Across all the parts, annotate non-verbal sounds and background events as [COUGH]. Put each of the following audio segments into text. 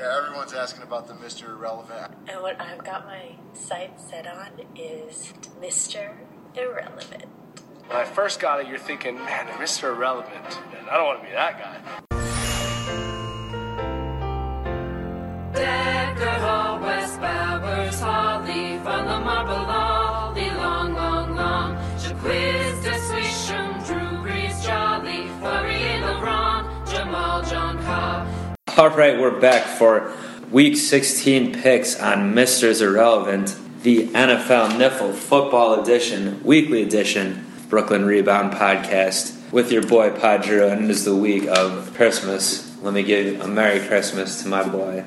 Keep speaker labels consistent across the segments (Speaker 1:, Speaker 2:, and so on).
Speaker 1: Someone's asking about the Mr. Irrelevant.
Speaker 2: And what I've got my sight set on is Mr. Irrelevant.
Speaker 3: When I first got it, you're thinking, man, they're Mr. Irrelevant. And I don't want to be that guy.
Speaker 4: Decker Hall, West Bowers Holly, from the Marble Lolly, long, long, long. Jaquiz, Deswisham, Drew Brees, Jolly, Laurier, LeBron, Jamal, John Cobb.
Speaker 5: All right, we're back for week 16 picks on Mr. Irrelevant, the NFL Niffle Football Edition, Weekly Edition, Brooklyn Rebound Podcast, with your boy Padre, and it is the week of Christmas. Let me give a Merry Christmas to my boy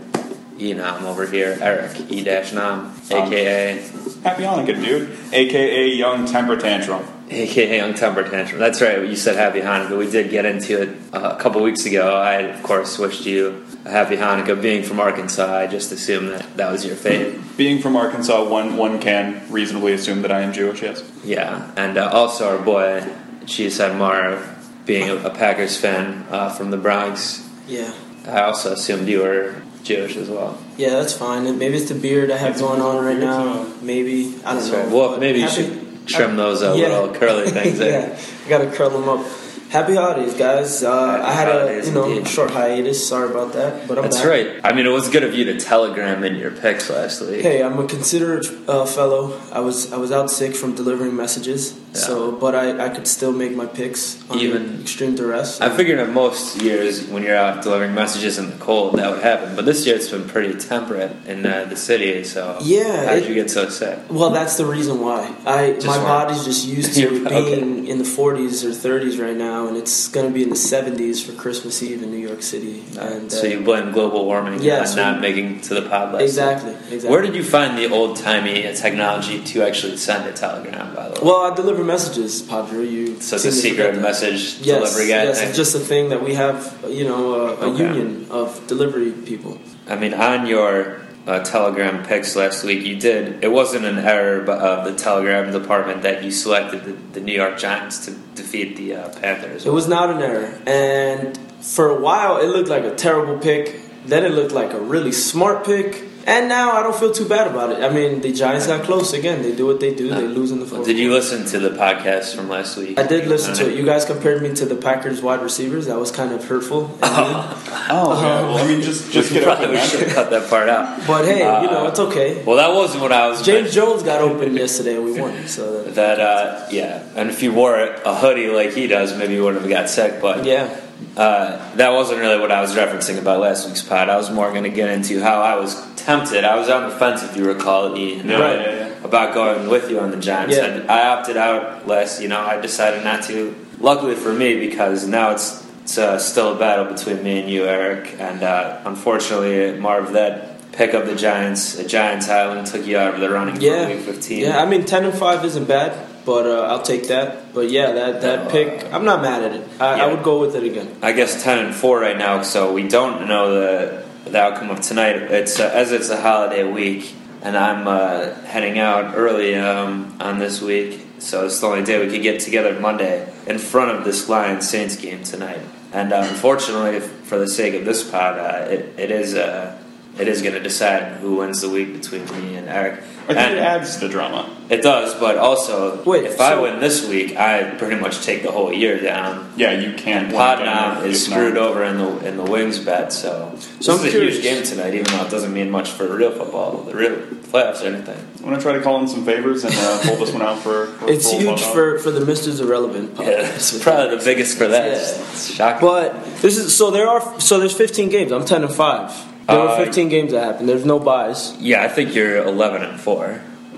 Speaker 5: Enam over here, Eric E Nam, aka
Speaker 6: Happy Hanukkah, dude. AKA Young Temper Tantrum.
Speaker 5: AKA Young Temper Tantrum. That's right. You said Happy Hanukkah. We did get into it uh, a couple weeks ago. I, of course, wished you a Happy Hanukkah. Being from Arkansas, I just assumed that that was your fate.
Speaker 6: Being from Arkansas, one one can reasonably assume that I am Jewish. Yes.
Speaker 5: Yeah. And uh, also our boy, Chief Mara, being a, a Packers fan uh, from the Bronx.
Speaker 7: Yeah.
Speaker 5: I also assumed you were Jewish as well.
Speaker 7: Yeah, that's fine. And Maybe it's the beard I have going on right now. Maybe I don't know.
Speaker 5: Well,
Speaker 7: But
Speaker 5: maybe you
Speaker 7: happy-
Speaker 5: should trim those uh, little
Speaker 7: [LAUGHS]
Speaker 5: curly things eh? there.
Speaker 7: yeah, I gotta curl them up. Happy holidays, guys. Uh, I had a
Speaker 5: holidays
Speaker 7: you know
Speaker 5: indeed.
Speaker 7: short hiatus. Sorry about that, but I'm
Speaker 5: That's
Speaker 7: back.
Speaker 5: right. I mean, it was good of you to telegram in your picks last week.
Speaker 7: Hey, I'm a considerate uh, fellow. I was I was out sick from delivering messages, so but I, I could still make my picks under
Speaker 5: Even-
Speaker 7: extreme duress.
Speaker 5: I figured in most years when you're out delivering messages in the cold that would happen, but this year it's been pretty temperate in uh, the city. So
Speaker 7: Yeah,
Speaker 5: how did
Speaker 7: it-
Speaker 5: you get so sick?
Speaker 7: Well, that's the reason why. I my
Speaker 5: weren't-
Speaker 7: body's just used
Speaker 5: Your- [LAUGHS]
Speaker 7: to
Speaker 5: okay.
Speaker 7: being in the 40s or 30s right now, and it's going to be in the 70s for Christmas Eve in New York City. and uh,
Speaker 5: so you blame global warming
Speaker 7: yeah,
Speaker 5: on
Speaker 7: so-
Speaker 5: not making it to the pod last
Speaker 7: exactly, exactly.
Speaker 5: Where did you find the old timey uh, technology to actually send a telegram? By the way,
Speaker 7: Well, I deliver messages, Padre. You
Speaker 5: so it's
Speaker 7: seem
Speaker 5: a
Speaker 7: to
Speaker 5: secret
Speaker 7: forget that.
Speaker 5: message
Speaker 7: Yes,
Speaker 5: delivery guy.
Speaker 7: yes,
Speaker 5: thing?
Speaker 7: it's just a thing that we have. You know, a, a
Speaker 5: Okay.
Speaker 7: union of delivery people.
Speaker 5: I mean, on your uh, Telegram picks last week, you did. It wasn't an error bu- of the Telegram department that you selected the, the New York Giants to defeat the uh, Panthers.
Speaker 7: It was not an error, and for a while it looked like a terrible pick. Then it looked like a really smart pick, and now I don't feel too bad about it. I mean, the Giants got close again. They do what they do. They lose in the
Speaker 5: Well,
Speaker 7: fourth.
Speaker 5: Did you
Speaker 7: quarter.
Speaker 5: listen to the podcast from last week?
Speaker 7: I did listen to
Speaker 5: Uh,
Speaker 7: it. You guys compared me to the Packers wide receivers. That was kind of hurtful.
Speaker 5: [LAUGHS] Uh,
Speaker 6: Oh, well, I mean, just
Speaker 7: [LAUGHS]
Speaker 6: just
Speaker 5: We
Speaker 6: get up and
Speaker 5: probably should cut that part out.
Speaker 7: but hey, you know it's okay.
Speaker 5: Well, that wasn't what I was.
Speaker 7: James Jones got open yesterday and we won. So that,
Speaker 5: That uh, yeah, and if you wore a hoodie like he does, maybe you wouldn't have got sick. But
Speaker 7: yeah.
Speaker 5: uh, that wasn't really what I was referencing about last week's pod. I was more going to get into how I was tempted. I was on the fence, if you recall, Ian,
Speaker 6: Yeah,
Speaker 5: about-
Speaker 6: yeah, yeah.
Speaker 5: about going with you on the Giants.
Speaker 7: Yeah.
Speaker 5: And I opted out last. You know, I decided not to. Luckily for me, because now it's, it's uh, still a battle between me and you, Eric. And uh, unfortunately, Marv, that pick up the Giants, the Giants Highland took you out of the running
Speaker 7: Yeah,
Speaker 5: for Week 15.
Speaker 7: yeah. I mean, ten and five isn't bad, but uh, I'll take that. But yeah, that that
Speaker 5: Uh,
Speaker 7: pick, I'm not mad at it. I, I
Speaker 5: yeah.
Speaker 7: would go with it again.
Speaker 5: I guess ten and four right now, so we don't know the the outcome of tonight. It's uh, as it's a holiday week, and I'm uh, heading out early um, on this week, so it's the only day we could get together Monday in front of this Lions Saints game tonight. And uh, unfortunately, f- for the sake of this pod, uh, it, it is uh, it is going to decide who wins the week between me and Eric.
Speaker 6: I think it
Speaker 5: And-
Speaker 6: adds to the drama.
Speaker 5: it does, but also,
Speaker 7: Wait,
Speaker 5: if I
Speaker 7: so-
Speaker 5: win this week, I pretty much take the whole year down.
Speaker 6: Yeah, you can't.
Speaker 5: Podnam is screwed over in the in the wings bet, so,
Speaker 7: So
Speaker 5: this
Speaker 7: I'm
Speaker 5: is a
Speaker 7: curious.
Speaker 5: huge game tonight. Even though it doesn't mean much for real football, the real playoffs or anything.
Speaker 6: I'm gonna try to call in some favors and uh, pull this one out for. for
Speaker 7: It's
Speaker 6: for a
Speaker 7: huge
Speaker 6: blowout.
Speaker 7: for for the Mister's irrelevant. Pod.
Speaker 5: Yeah, [LAUGHS] it's probably the biggest for that.
Speaker 7: Yeah.
Speaker 5: It's shocking.
Speaker 7: But this is so there are so there's 15 games. I'm 10 and five. There were
Speaker 5: Uh,
Speaker 7: 15 games that happened. There's no buys.
Speaker 5: yeah, I think you're 11 and four.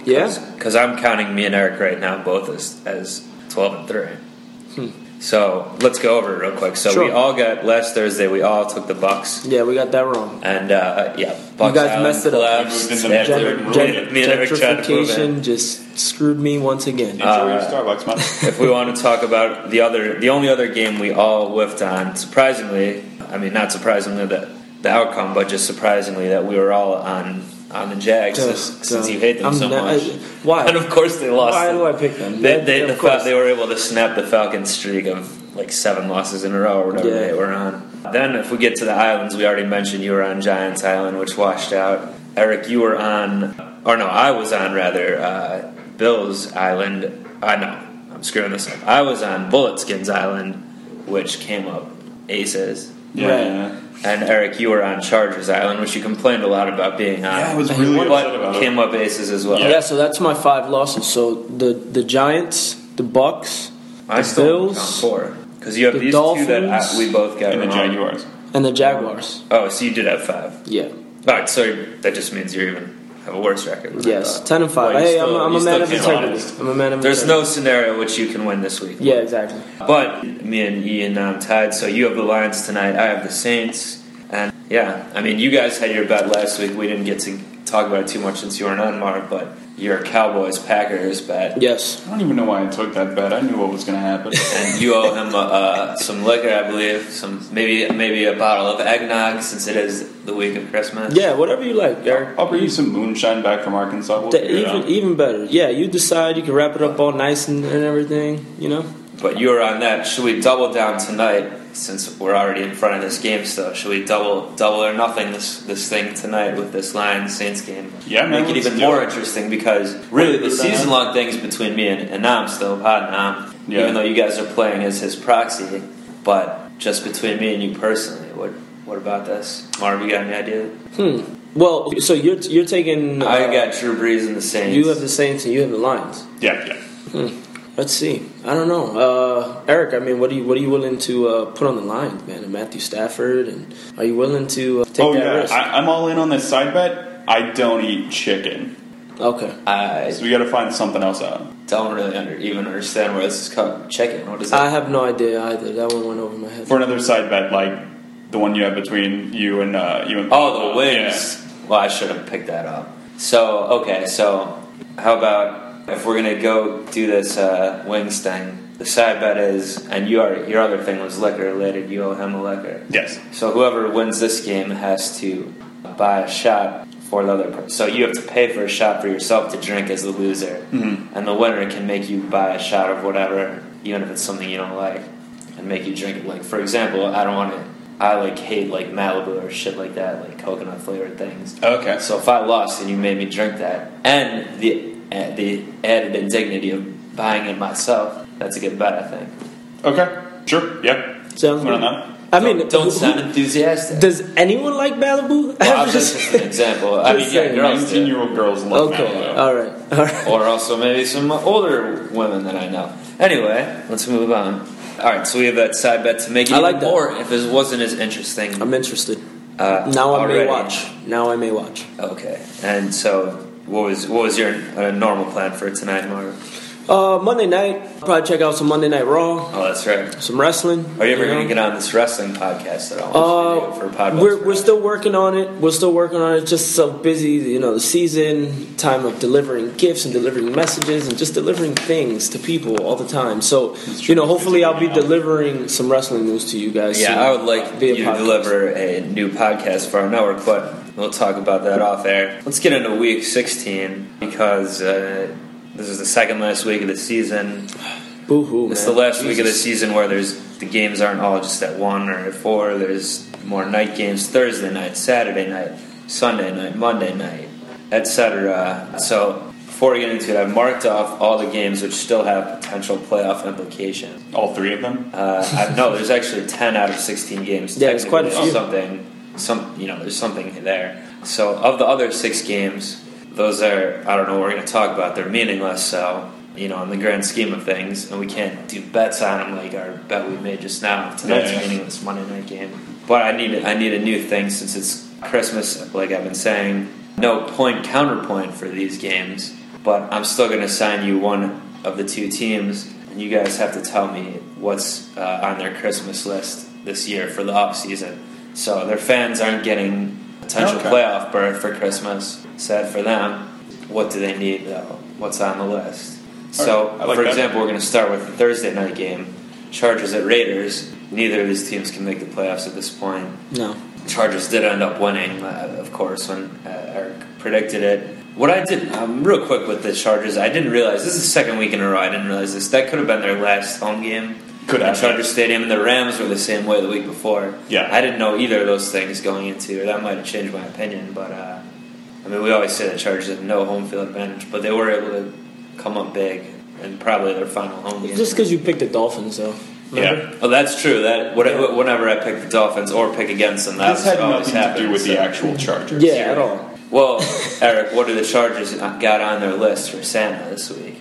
Speaker 7: Yeah.
Speaker 5: because I'm counting me and Eric right now both as as 12 and three. So let's go over it real quick. So we
Speaker 7: Hmm. Sure.
Speaker 5: all got last Thursday. We all took the Bucks.
Speaker 7: Yeah, we got that wrong.
Speaker 5: And uh, yeah, Bucks
Speaker 7: guys
Speaker 5: Island
Speaker 7: messed it up.
Speaker 5: collapsed.
Speaker 6: You moved in the
Speaker 5: They had to-
Speaker 6: Gen-
Speaker 7: Gen-
Speaker 5: me and Eric tried to move in.
Speaker 7: gentrification just screwed me once again.
Speaker 6: Enjoy your Starbucks, man.
Speaker 7: [LAUGHS]
Speaker 5: if we want to talk about the other, the only other game we all whiffed on, surprisingly, I mean, not surprisingly that the outcome, but just surprisingly that we were all on on the Jags
Speaker 7: Duh,
Speaker 5: since, since
Speaker 7: duh.
Speaker 5: you hate them
Speaker 7: I'm
Speaker 5: so
Speaker 7: not-
Speaker 5: much.
Speaker 7: I- why?
Speaker 5: [LAUGHS] And of course they lost.
Speaker 7: Why
Speaker 5: the-
Speaker 7: do I pick them?
Speaker 5: They,
Speaker 7: That-
Speaker 5: they,
Speaker 7: of
Speaker 5: the
Speaker 7: course.
Speaker 5: Fal- they were able to snap the Falcon streak of like seven losses in a row or whatever
Speaker 7: Yeah.
Speaker 5: they were on. Then if we get to the islands, we already mentioned you were on Giants Island, which washed out. Eric, you were on, or no, I was on rather uh, Bill's Island. I know I'm screwing this up. I was on Bulletskins Island, which came up aces.
Speaker 6: Yeah.
Speaker 5: And Eric, you were on Chargers Island, which you complained a lot about being on.
Speaker 6: Yeah, I was really
Speaker 5: but
Speaker 6: upset about it.
Speaker 5: came up aces as well.
Speaker 7: Yeah. so that's my five losses. So the the Giants, the Bucks,
Speaker 5: I
Speaker 7: the
Speaker 5: still
Speaker 7: Bills,
Speaker 5: count four because you have
Speaker 7: the
Speaker 5: these two that I,
Speaker 7: Dolphins,
Speaker 5: we both got
Speaker 6: And the
Speaker 5: wrong.
Speaker 6: Jaguars.
Speaker 7: and the Jaguars.
Speaker 5: Oh, so you did have five.
Speaker 7: Yeah.
Speaker 5: All right, so that just means you even have a worse record. than I
Speaker 7: Yes,
Speaker 5: thought.
Speaker 7: ten and five.
Speaker 5: Well, you
Speaker 7: hey,
Speaker 5: still-
Speaker 7: I'm,
Speaker 5: you
Speaker 7: a, I'm a man
Speaker 5: still
Speaker 7: of
Speaker 5: came
Speaker 7: integrity.
Speaker 5: honest.
Speaker 7: I'm a man of
Speaker 5: There's no
Speaker 7: integrity.
Speaker 5: scenario which you can win this week.
Speaker 7: Yeah, exactly.
Speaker 5: But me and Ian now I'm tied, so you have the Lions tonight. I have the Saints, and yeah, I mean, you guys had your bet last week. We didn't get to talk about it too much since you weren't on Mark, but your Cowboys Packers bet,
Speaker 7: Yes.
Speaker 6: I don't even know why I took that bet. I knew what was going to
Speaker 7: [LAUGHS]
Speaker 6: happen.
Speaker 5: and you owe him uh, uh, some liquor, I believe, some maybe maybe a bottle of eggnog since it is the week of Christmas.
Speaker 7: Yeah, whatever you like, Eric.
Speaker 6: I'll bring you some moonshine back from Arkansas. We'll
Speaker 7: The-
Speaker 6: figure it
Speaker 7: even e
Speaker 6: out.
Speaker 7: even better. Yeah, you decide. You can wrap it up all nice and, and everything. You know.
Speaker 5: But you were on that. Should we double down tonight? Since we're already in front of this game still, should we double double or nothing this this thing tonight with this Lions Saints game?
Speaker 6: Yeah, man,
Speaker 5: make it
Speaker 6: let's
Speaker 5: even
Speaker 6: do
Speaker 5: more
Speaker 6: it.
Speaker 5: interesting because really the
Speaker 6: do that.
Speaker 5: season long things between me and, and Nam still hot Nam,
Speaker 6: Yeah.
Speaker 5: even though you guys are playing as his proxy, but just between me and you personally, what what about this, Marv? You got any idea?
Speaker 7: Well, so you're you're taking. uh,
Speaker 5: I got Drew Brees and the Saints.
Speaker 7: You have the Saints and you have the Lions.
Speaker 6: Yeah, yeah.
Speaker 7: Let's see. I don't know, uh, Eric. I mean, what are you what are you willing to uh, put on the line, man? And Matthew Stafford, and are you willing to uh, take
Speaker 6: oh
Speaker 7: that
Speaker 6: yeah,
Speaker 7: risk?
Speaker 6: I, I'm all in on this side bet. I don't eat chicken,
Speaker 7: okay.
Speaker 5: I
Speaker 6: so we got to find something else out.
Speaker 5: don't really under, even understand where this is called. Chicken. What is that?
Speaker 7: I have no idea either. That one went over my head.
Speaker 6: For another side bet, like the one you have between you and uh, you and
Speaker 5: Oh, the
Speaker 6: wings.
Speaker 5: wings. Well, I should have picked that up. So, okay, so how about if we're gonna go do this uh, wings thing? The side bet is, and your your other thing was liquor related. You owe him a liquor.
Speaker 6: Yes.
Speaker 5: So whoever wins this game has to buy a shot for the other person. So you have to pay for a shot for yourself to drink as the loser,
Speaker 7: Mm-hmm.
Speaker 5: and the winner can make you buy a shot of whatever, even if it's something you don't like, and make you drink it. Like for example, I don't want to. I like hate like Malibu or shit like that, like coconut flavored things.
Speaker 6: Okay.
Speaker 5: So if I lost and you made me drink that, and the uh, the added indignity of buying it myself, that's a good bet, I think.
Speaker 6: Okay. Sure. Yeah.
Speaker 7: Sounds
Speaker 6: Went on
Speaker 7: good.
Speaker 6: that.
Speaker 7: I mean,
Speaker 5: don't, don't
Speaker 7: who-
Speaker 5: sound enthusiastic.
Speaker 7: does anyone like Malibu? [LAUGHS]
Speaker 5: Well, I'm just just an example. I
Speaker 7: Just
Speaker 5: mean, yeah,
Speaker 7: saying.
Speaker 5: girls do.
Speaker 6: Nineteen-year-old girls love
Speaker 7: okay.
Speaker 6: Malibu.
Speaker 7: All right. All right.
Speaker 5: Or also maybe some older women that I know. Anyway, let's move on. All right, so we have that side bet to make it
Speaker 7: I
Speaker 5: even
Speaker 7: like that.
Speaker 5: more if it wasn't as interesting.
Speaker 7: I'm interested.
Speaker 5: uh,
Speaker 7: Now I may
Speaker 5: already.
Speaker 7: watch. Now I may watch.
Speaker 5: Okay, and so what was what was your uh, normal plan for tonight, Marv?
Speaker 7: Uh, Monday night, probably check out some Monday Night Raw,
Speaker 5: Oh, that's right.
Speaker 7: some wrestling.
Speaker 5: Are you ever
Speaker 7: know?
Speaker 5: going to get on this wrestling podcast at all?
Speaker 7: Uh,
Speaker 5: for podcast,
Speaker 7: we're, we're still working on it. We're still working on it. Just so busy, you know, the season, time of delivering gifts and delivering messages and just delivering things to people all the time. So, you know, hopefully I'll be delivering some wrestling news to you guys. soon
Speaker 5: Yeah, I would like
Speaker 7: via
Speaker 5: you to
Speaker 7: podcast.
Speaker 5: deliver a new podcast for our network, but we'll talk about that off air. Let's get into week 16 because uh, this is the second last week of the season.
Speaker 7: Boo hoo.
Speaker 5: It's
Speaker 7: man.
Speaker 5: the last week of the
Speaker 7: Jesus.
Speaker 5: season where there's the games aren't all just at one or at four. There's more night games: Thursday night, Saturday night, Sunday night, Monday night, etc. So before we get into it, I've marked off all the games which still have potential playoff implications.
Speaker 6: All three of them.
Speaker 5: Uh, I, no, there's actually ten out of sixteen games.
Speaker 7: Yeah, there's quite a
Speaker 5: Technically,
Speaker 7: few.
Speaker 5: there's Something, some you know, there's something there. So of the other six games, those are I don't know. what We're going to talk about. They're meaningless. So you know, in the grand scheme of things, and we can't do bets on them like our bet we made just now. Tonight's
Speaker 6: Yeah, yeah.
Speaker 5: meaningless Monday night game. But I need I need a new thing since it's Christmas. Like I've been saying, no point counterpoint for these games. But I'm still going to sign you one of the two teams, and you guys have to tell me what's uh, on their Christmas list this year for the off season. So their fans aren't getting potential
Speaker 6: Okay.
Speaker 5: playoff berth for Christmas. Sad for them. What do they need though? What's on the list? so,
Speaker 6: I like
Speaker 5: for
Speaker 6: that.
Speaker 5: example, we're going to start with the Thursday night game. Chargers at Raiders. Neither of these teams can make the playoffs at this point.
Speaker 7: No.
Speaker 5: Chargers did end up winning, uh, of course, when uh, Eric predicted it. What I did, um, real quick with the Chargers, I didn't realize this is the second week in a row. I didn't realize this. That could have been their last home game.
Speaker 6: Could
Speaker 5: at
Speaker 6: happen.
Speaker 5: Charger Stadium, and the Rams were the same way the week before.
Speaker 6: Yeah.
Speaker 5: I didn't know either of those things going into. That might have changed my opinion, but uh, I mean, we always say the Chargers have no home field advantage, but they were able to come up big and probably their final home game.
Speaker 7: Just because you picked the Dolphins, though. Remember?
Speaker 6: Yeah.
Speaker 5: Oh, that's true. That what- whenever I pick the Dolphins or pick against them, that's
Speaker 6: This had
Speaker 5: always
Speaker 6: nothing to do
Speaker 5: happens,
Speaker 6: with the
Speaker 5: so.
Speaker 6: actual Chargers.
Speaker 7: Yeah, at all.
Speaker 5: Well, Eric, what do the Chargers got on their list for Santa this week?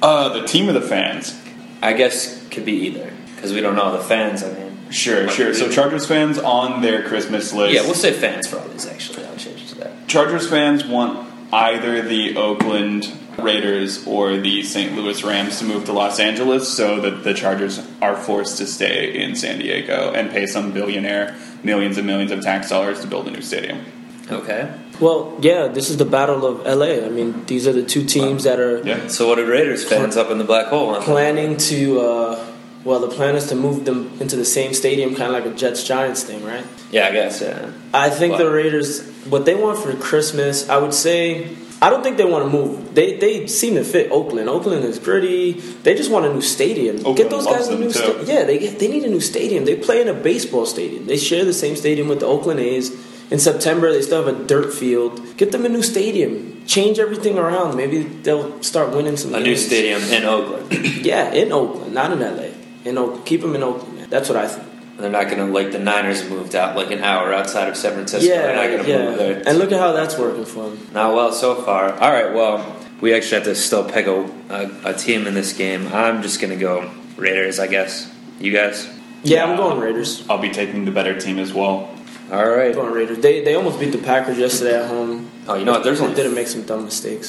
Speaker 6: Uh, the team of the fans.
Speaker 5: I guess could be either because we don't know the fans. I mean,
Speaker 6: Sure,
Speaker 5: What
Speaker 6: sure.
Speaker 5: do
Speaker 6: So
Speaker 5: we-
Speaker 6: Chargers fans on their Christmas list.
Speaker 5: yeah, we'll say fans for all these. Actually, I'll change it to that.
Speaker 6: Chargers fans want either the Oakland Raiders or the St. Louis Rams to move to Los Angeles so that the Chargers are forced to stay in San Diego and pay some billionaire millions and millions of tax dollars to build a new stadium.
Speaker 5: Okay.
Speaker 7: Well, yeah, this is the battle of LA. I mean, these are the two teams that are
Speaker 6: Yeah.
Speaker 5: So what do Raiders fans up in the black hole want?
Speaker 7: planning to. Uh, well, the plan is to move them into the same stadium, kind of like a Jets Giants thing, right?
Speaker 5: Yeah, I guess. Yeah.
Speaker 7: I think
Speaker 5: Wow.
Speaker 7: the Raiders, what they want for Christmas, I would say, I don't think they want to move. They they seem to fit Oakland. Oakland is pretty. They just want a new stadium. get
Speaker 6: Oakland
Speaker 7: those
Speaker 6: loves
Speaker 7: guys a
Speaker 6: them,
Speaker 7: new.
Speaker 6: too.
Speaker 7: Sta- yeah, they get, they need a new stadium. They play in a baseball stadium. They share the same stadium with the Oakland A's. In September, they still have a dirt field. Get them a new stadium. Change everything around. Maybe they'll start winning some.
Speaker 5: A new
Speaker 7: games.
Speaker 5: stadium in Oakland.
Speaker 7: Yeah, in Oakland, not in LA. In Oakland, keep them in Oakland. Man. That's what I think.
Speaker 5: They're not gonna like the Niners moved out like an hour outside of San Francisco.
Speaker 7: yeah,
Speaker 5: They're not gonna
Speaker 7: yeah.
Speaker 5: move there.
Speaker 7: And look at how that's working for them.
Speaker 5: Not well so far. All right, well, we actually have to still pick a, a, a team in this game. I'm just going to go Raiders, I guess. You guys?
Speaker 7: Yeah, I'm going Raiders.
Speaker 6: I'll be taking the better team as well.
Speaker 5: All right.
Speaker 7: Going Raiders. They they almost beat the Packers yesterday at home.
Speaker 5: Oh, you know what? There's
Speaker 7: They
Speaker 5: only,
Speaker 7: didn't make some dumb mistakes.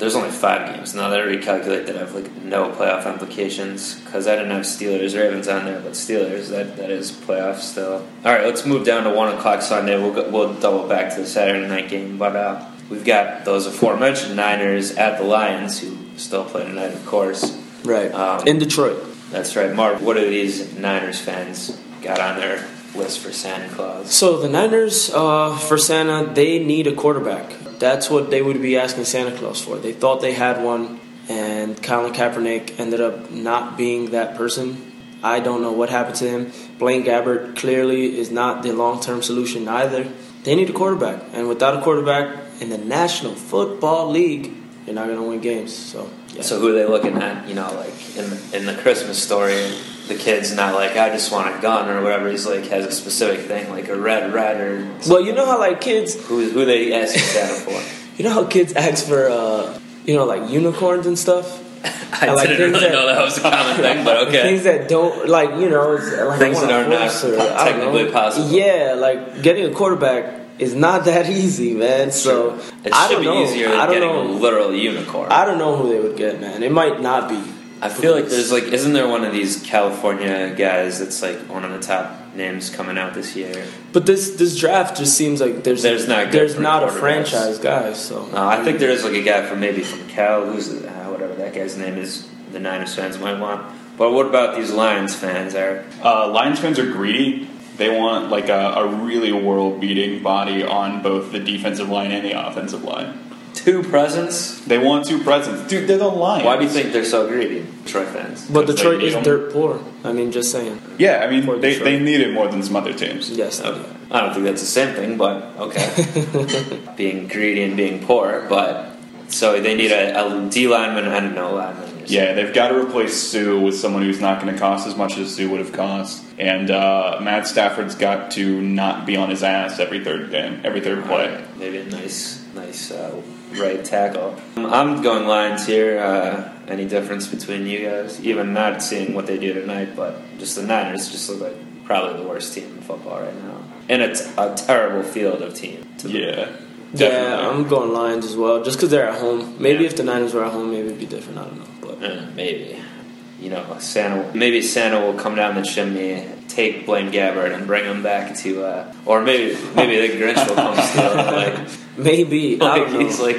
Speaker 5: there's only five games. Now that I recalculate that I have like no playoff implications because I didn't have Steelers, Ravens on there, but Steelers, that, that is playoff still. All right, let's move down to 1 o'clock Sunday. We'll, go, we'll double back to the Saturday night game, but uh, we've got those aforementioned Niners at the Lions, who still play tonight, of course.
Speaker 7: Right.
Speaker 5: Um,
Speaker 7: In Detroit.
Speaker 5: That's right, Mark. What do these Niners fans got on their list for Santa Claus?
Speaker 7: So the Niners uh, for Santa, they need a quarterback. That's what they would be asking Santa Claus for. They thought they had one, and Colin Kaepernick ended up not being that person. I don't know what happened to him. Blaine Gabbert clearly is not the long-term solution either. They need a quarterback, and without a quarterback in the National Football League, you're not going to win games. So, yeah.
Speaker 5: So who are they looking at? You know, like in the, in the Christmas story, the kid's not like I just want a gun or whatever. He's like has a specific thing, like a red rider.
Speaker 7: well, you know how like kids
Speaker 5: Who who they asking Santa
Speaker 7: [LAUGHS]
Speaker 5: for?
Speaker 7: You know how kids ask for, uh, you know, like unicorns and stuff.
Speaker 5: I,
Speaker 7: I like
Speaker 5: didn't
Speaker 7: things
Speaker 5: really
Speaker 7: that-
Speaker 5: know that
Speaker 7: [LAUGHS]
Speaker 5: was a common thing, but okay.
Speaker 7: Things that don't, like, you know, it's, like,
Speaker 5: Things that
Speaker 7: I
Speaker 5: are
Speaker 7: wanna
Speaker 5: not
Speaker 7: force or, I don't
Speaker 5: technically
Speaker 7: know.
Speaker 5: possible.
Speaker 7: Yeah, like getting a quarterback is not [LAUGHS] that easy, man. So
Speaker 5: It
Speaker 7: I
Speaker 5: should
Speaker 7: don't
Speaker 5: be
Speaker 7: know.
Speaker 5: easier than
Speaker 7: I don't
Speaker 5: getting a
Speaker 7: know.
Speaker 5: literal unicorn.
Speaker 7: I don't know who they would get, man. It might not be.
Speaker 5: I feel like there's like isn't there one of these California guys that's like one of the top names coming out this year?
Speaker 7: But this this draft just seems like there's
Speaker 5: There's not good
Speaker 7: there's
Speaker 5: for
Speaker 7: not a
Speaker 5: quarterbacks.
Speaker 7: franchise guy. So
Speaker 5: Uh, I think there is like a guy from maybe from Cal, who's uh, whatever that guy's name is. The Niners fans might want. But what about these Lions fans? Eric?
Speaker 6: Uh, Lions fans are greedy. They want like a, a really world-beating body on both the defensive line and the offensive line.
Speaker 5: two presents?
Speaker 6: They want two presents, dude. They're the Lions.
Speaker 5: Why do you think they're so greedy, Troy fans?
Speaker 6: Because
Speaker 7: but
Speaker 6: they
Speaker 7: Detroit
Speaker 6: need
Speaker 7: is
Speaker 6: 'em.
Speaker 7: dirt poor. I mean, just saying.
Speaker 6: Yeah, I mean
Speaker 7: For
Speaker 6: they,
Speaker 7: Detroit.
Speaker 6: they need it more than some other teams.
Speaker 7: Yes.
Speaker 5: Okay. I don't think that's the same thing, but okay. being greedy and being poor, but so they need a, a D lineman and an O lineman. or
Speaker 6: Yeah, they've got to replace Sue with someone who's not going to cost as much as Sue would have cost. And uh, Matt Stafford's got to not be on his ass every third game, every third play.
Speaker 5: Maybe a nice, nice uh, right tackle. Um, I'm going Lions here. Uh, any difference between you guys? Even not seeing what they do tonight, but just the Niners just look like probably the worst team in football right now, and it's a terrible field of team. To
Speaker 6: Yeah,
Speaker 7: Yeah,
Speaker 5: um,
Speaker 7: I'm going Lions as well, just because they're at home. Maybe
Speaker 5: Yeah.
Speaker 7: if the Niners were at home, maybe it'd be different. I don't know, but
Speaker 5: Uh, maybe. You know, Santa. Maybe Santa will come down the chimney, take Blaine Gabbert, and bring him back to, uh, or maybe maybe the Grinch will come steal him. [LAUGHS] Like,
Speaker 7: [LAUGHS] maybe I
Speaker 5: like
Speaker 7: don't know.
Speaker 5: he's like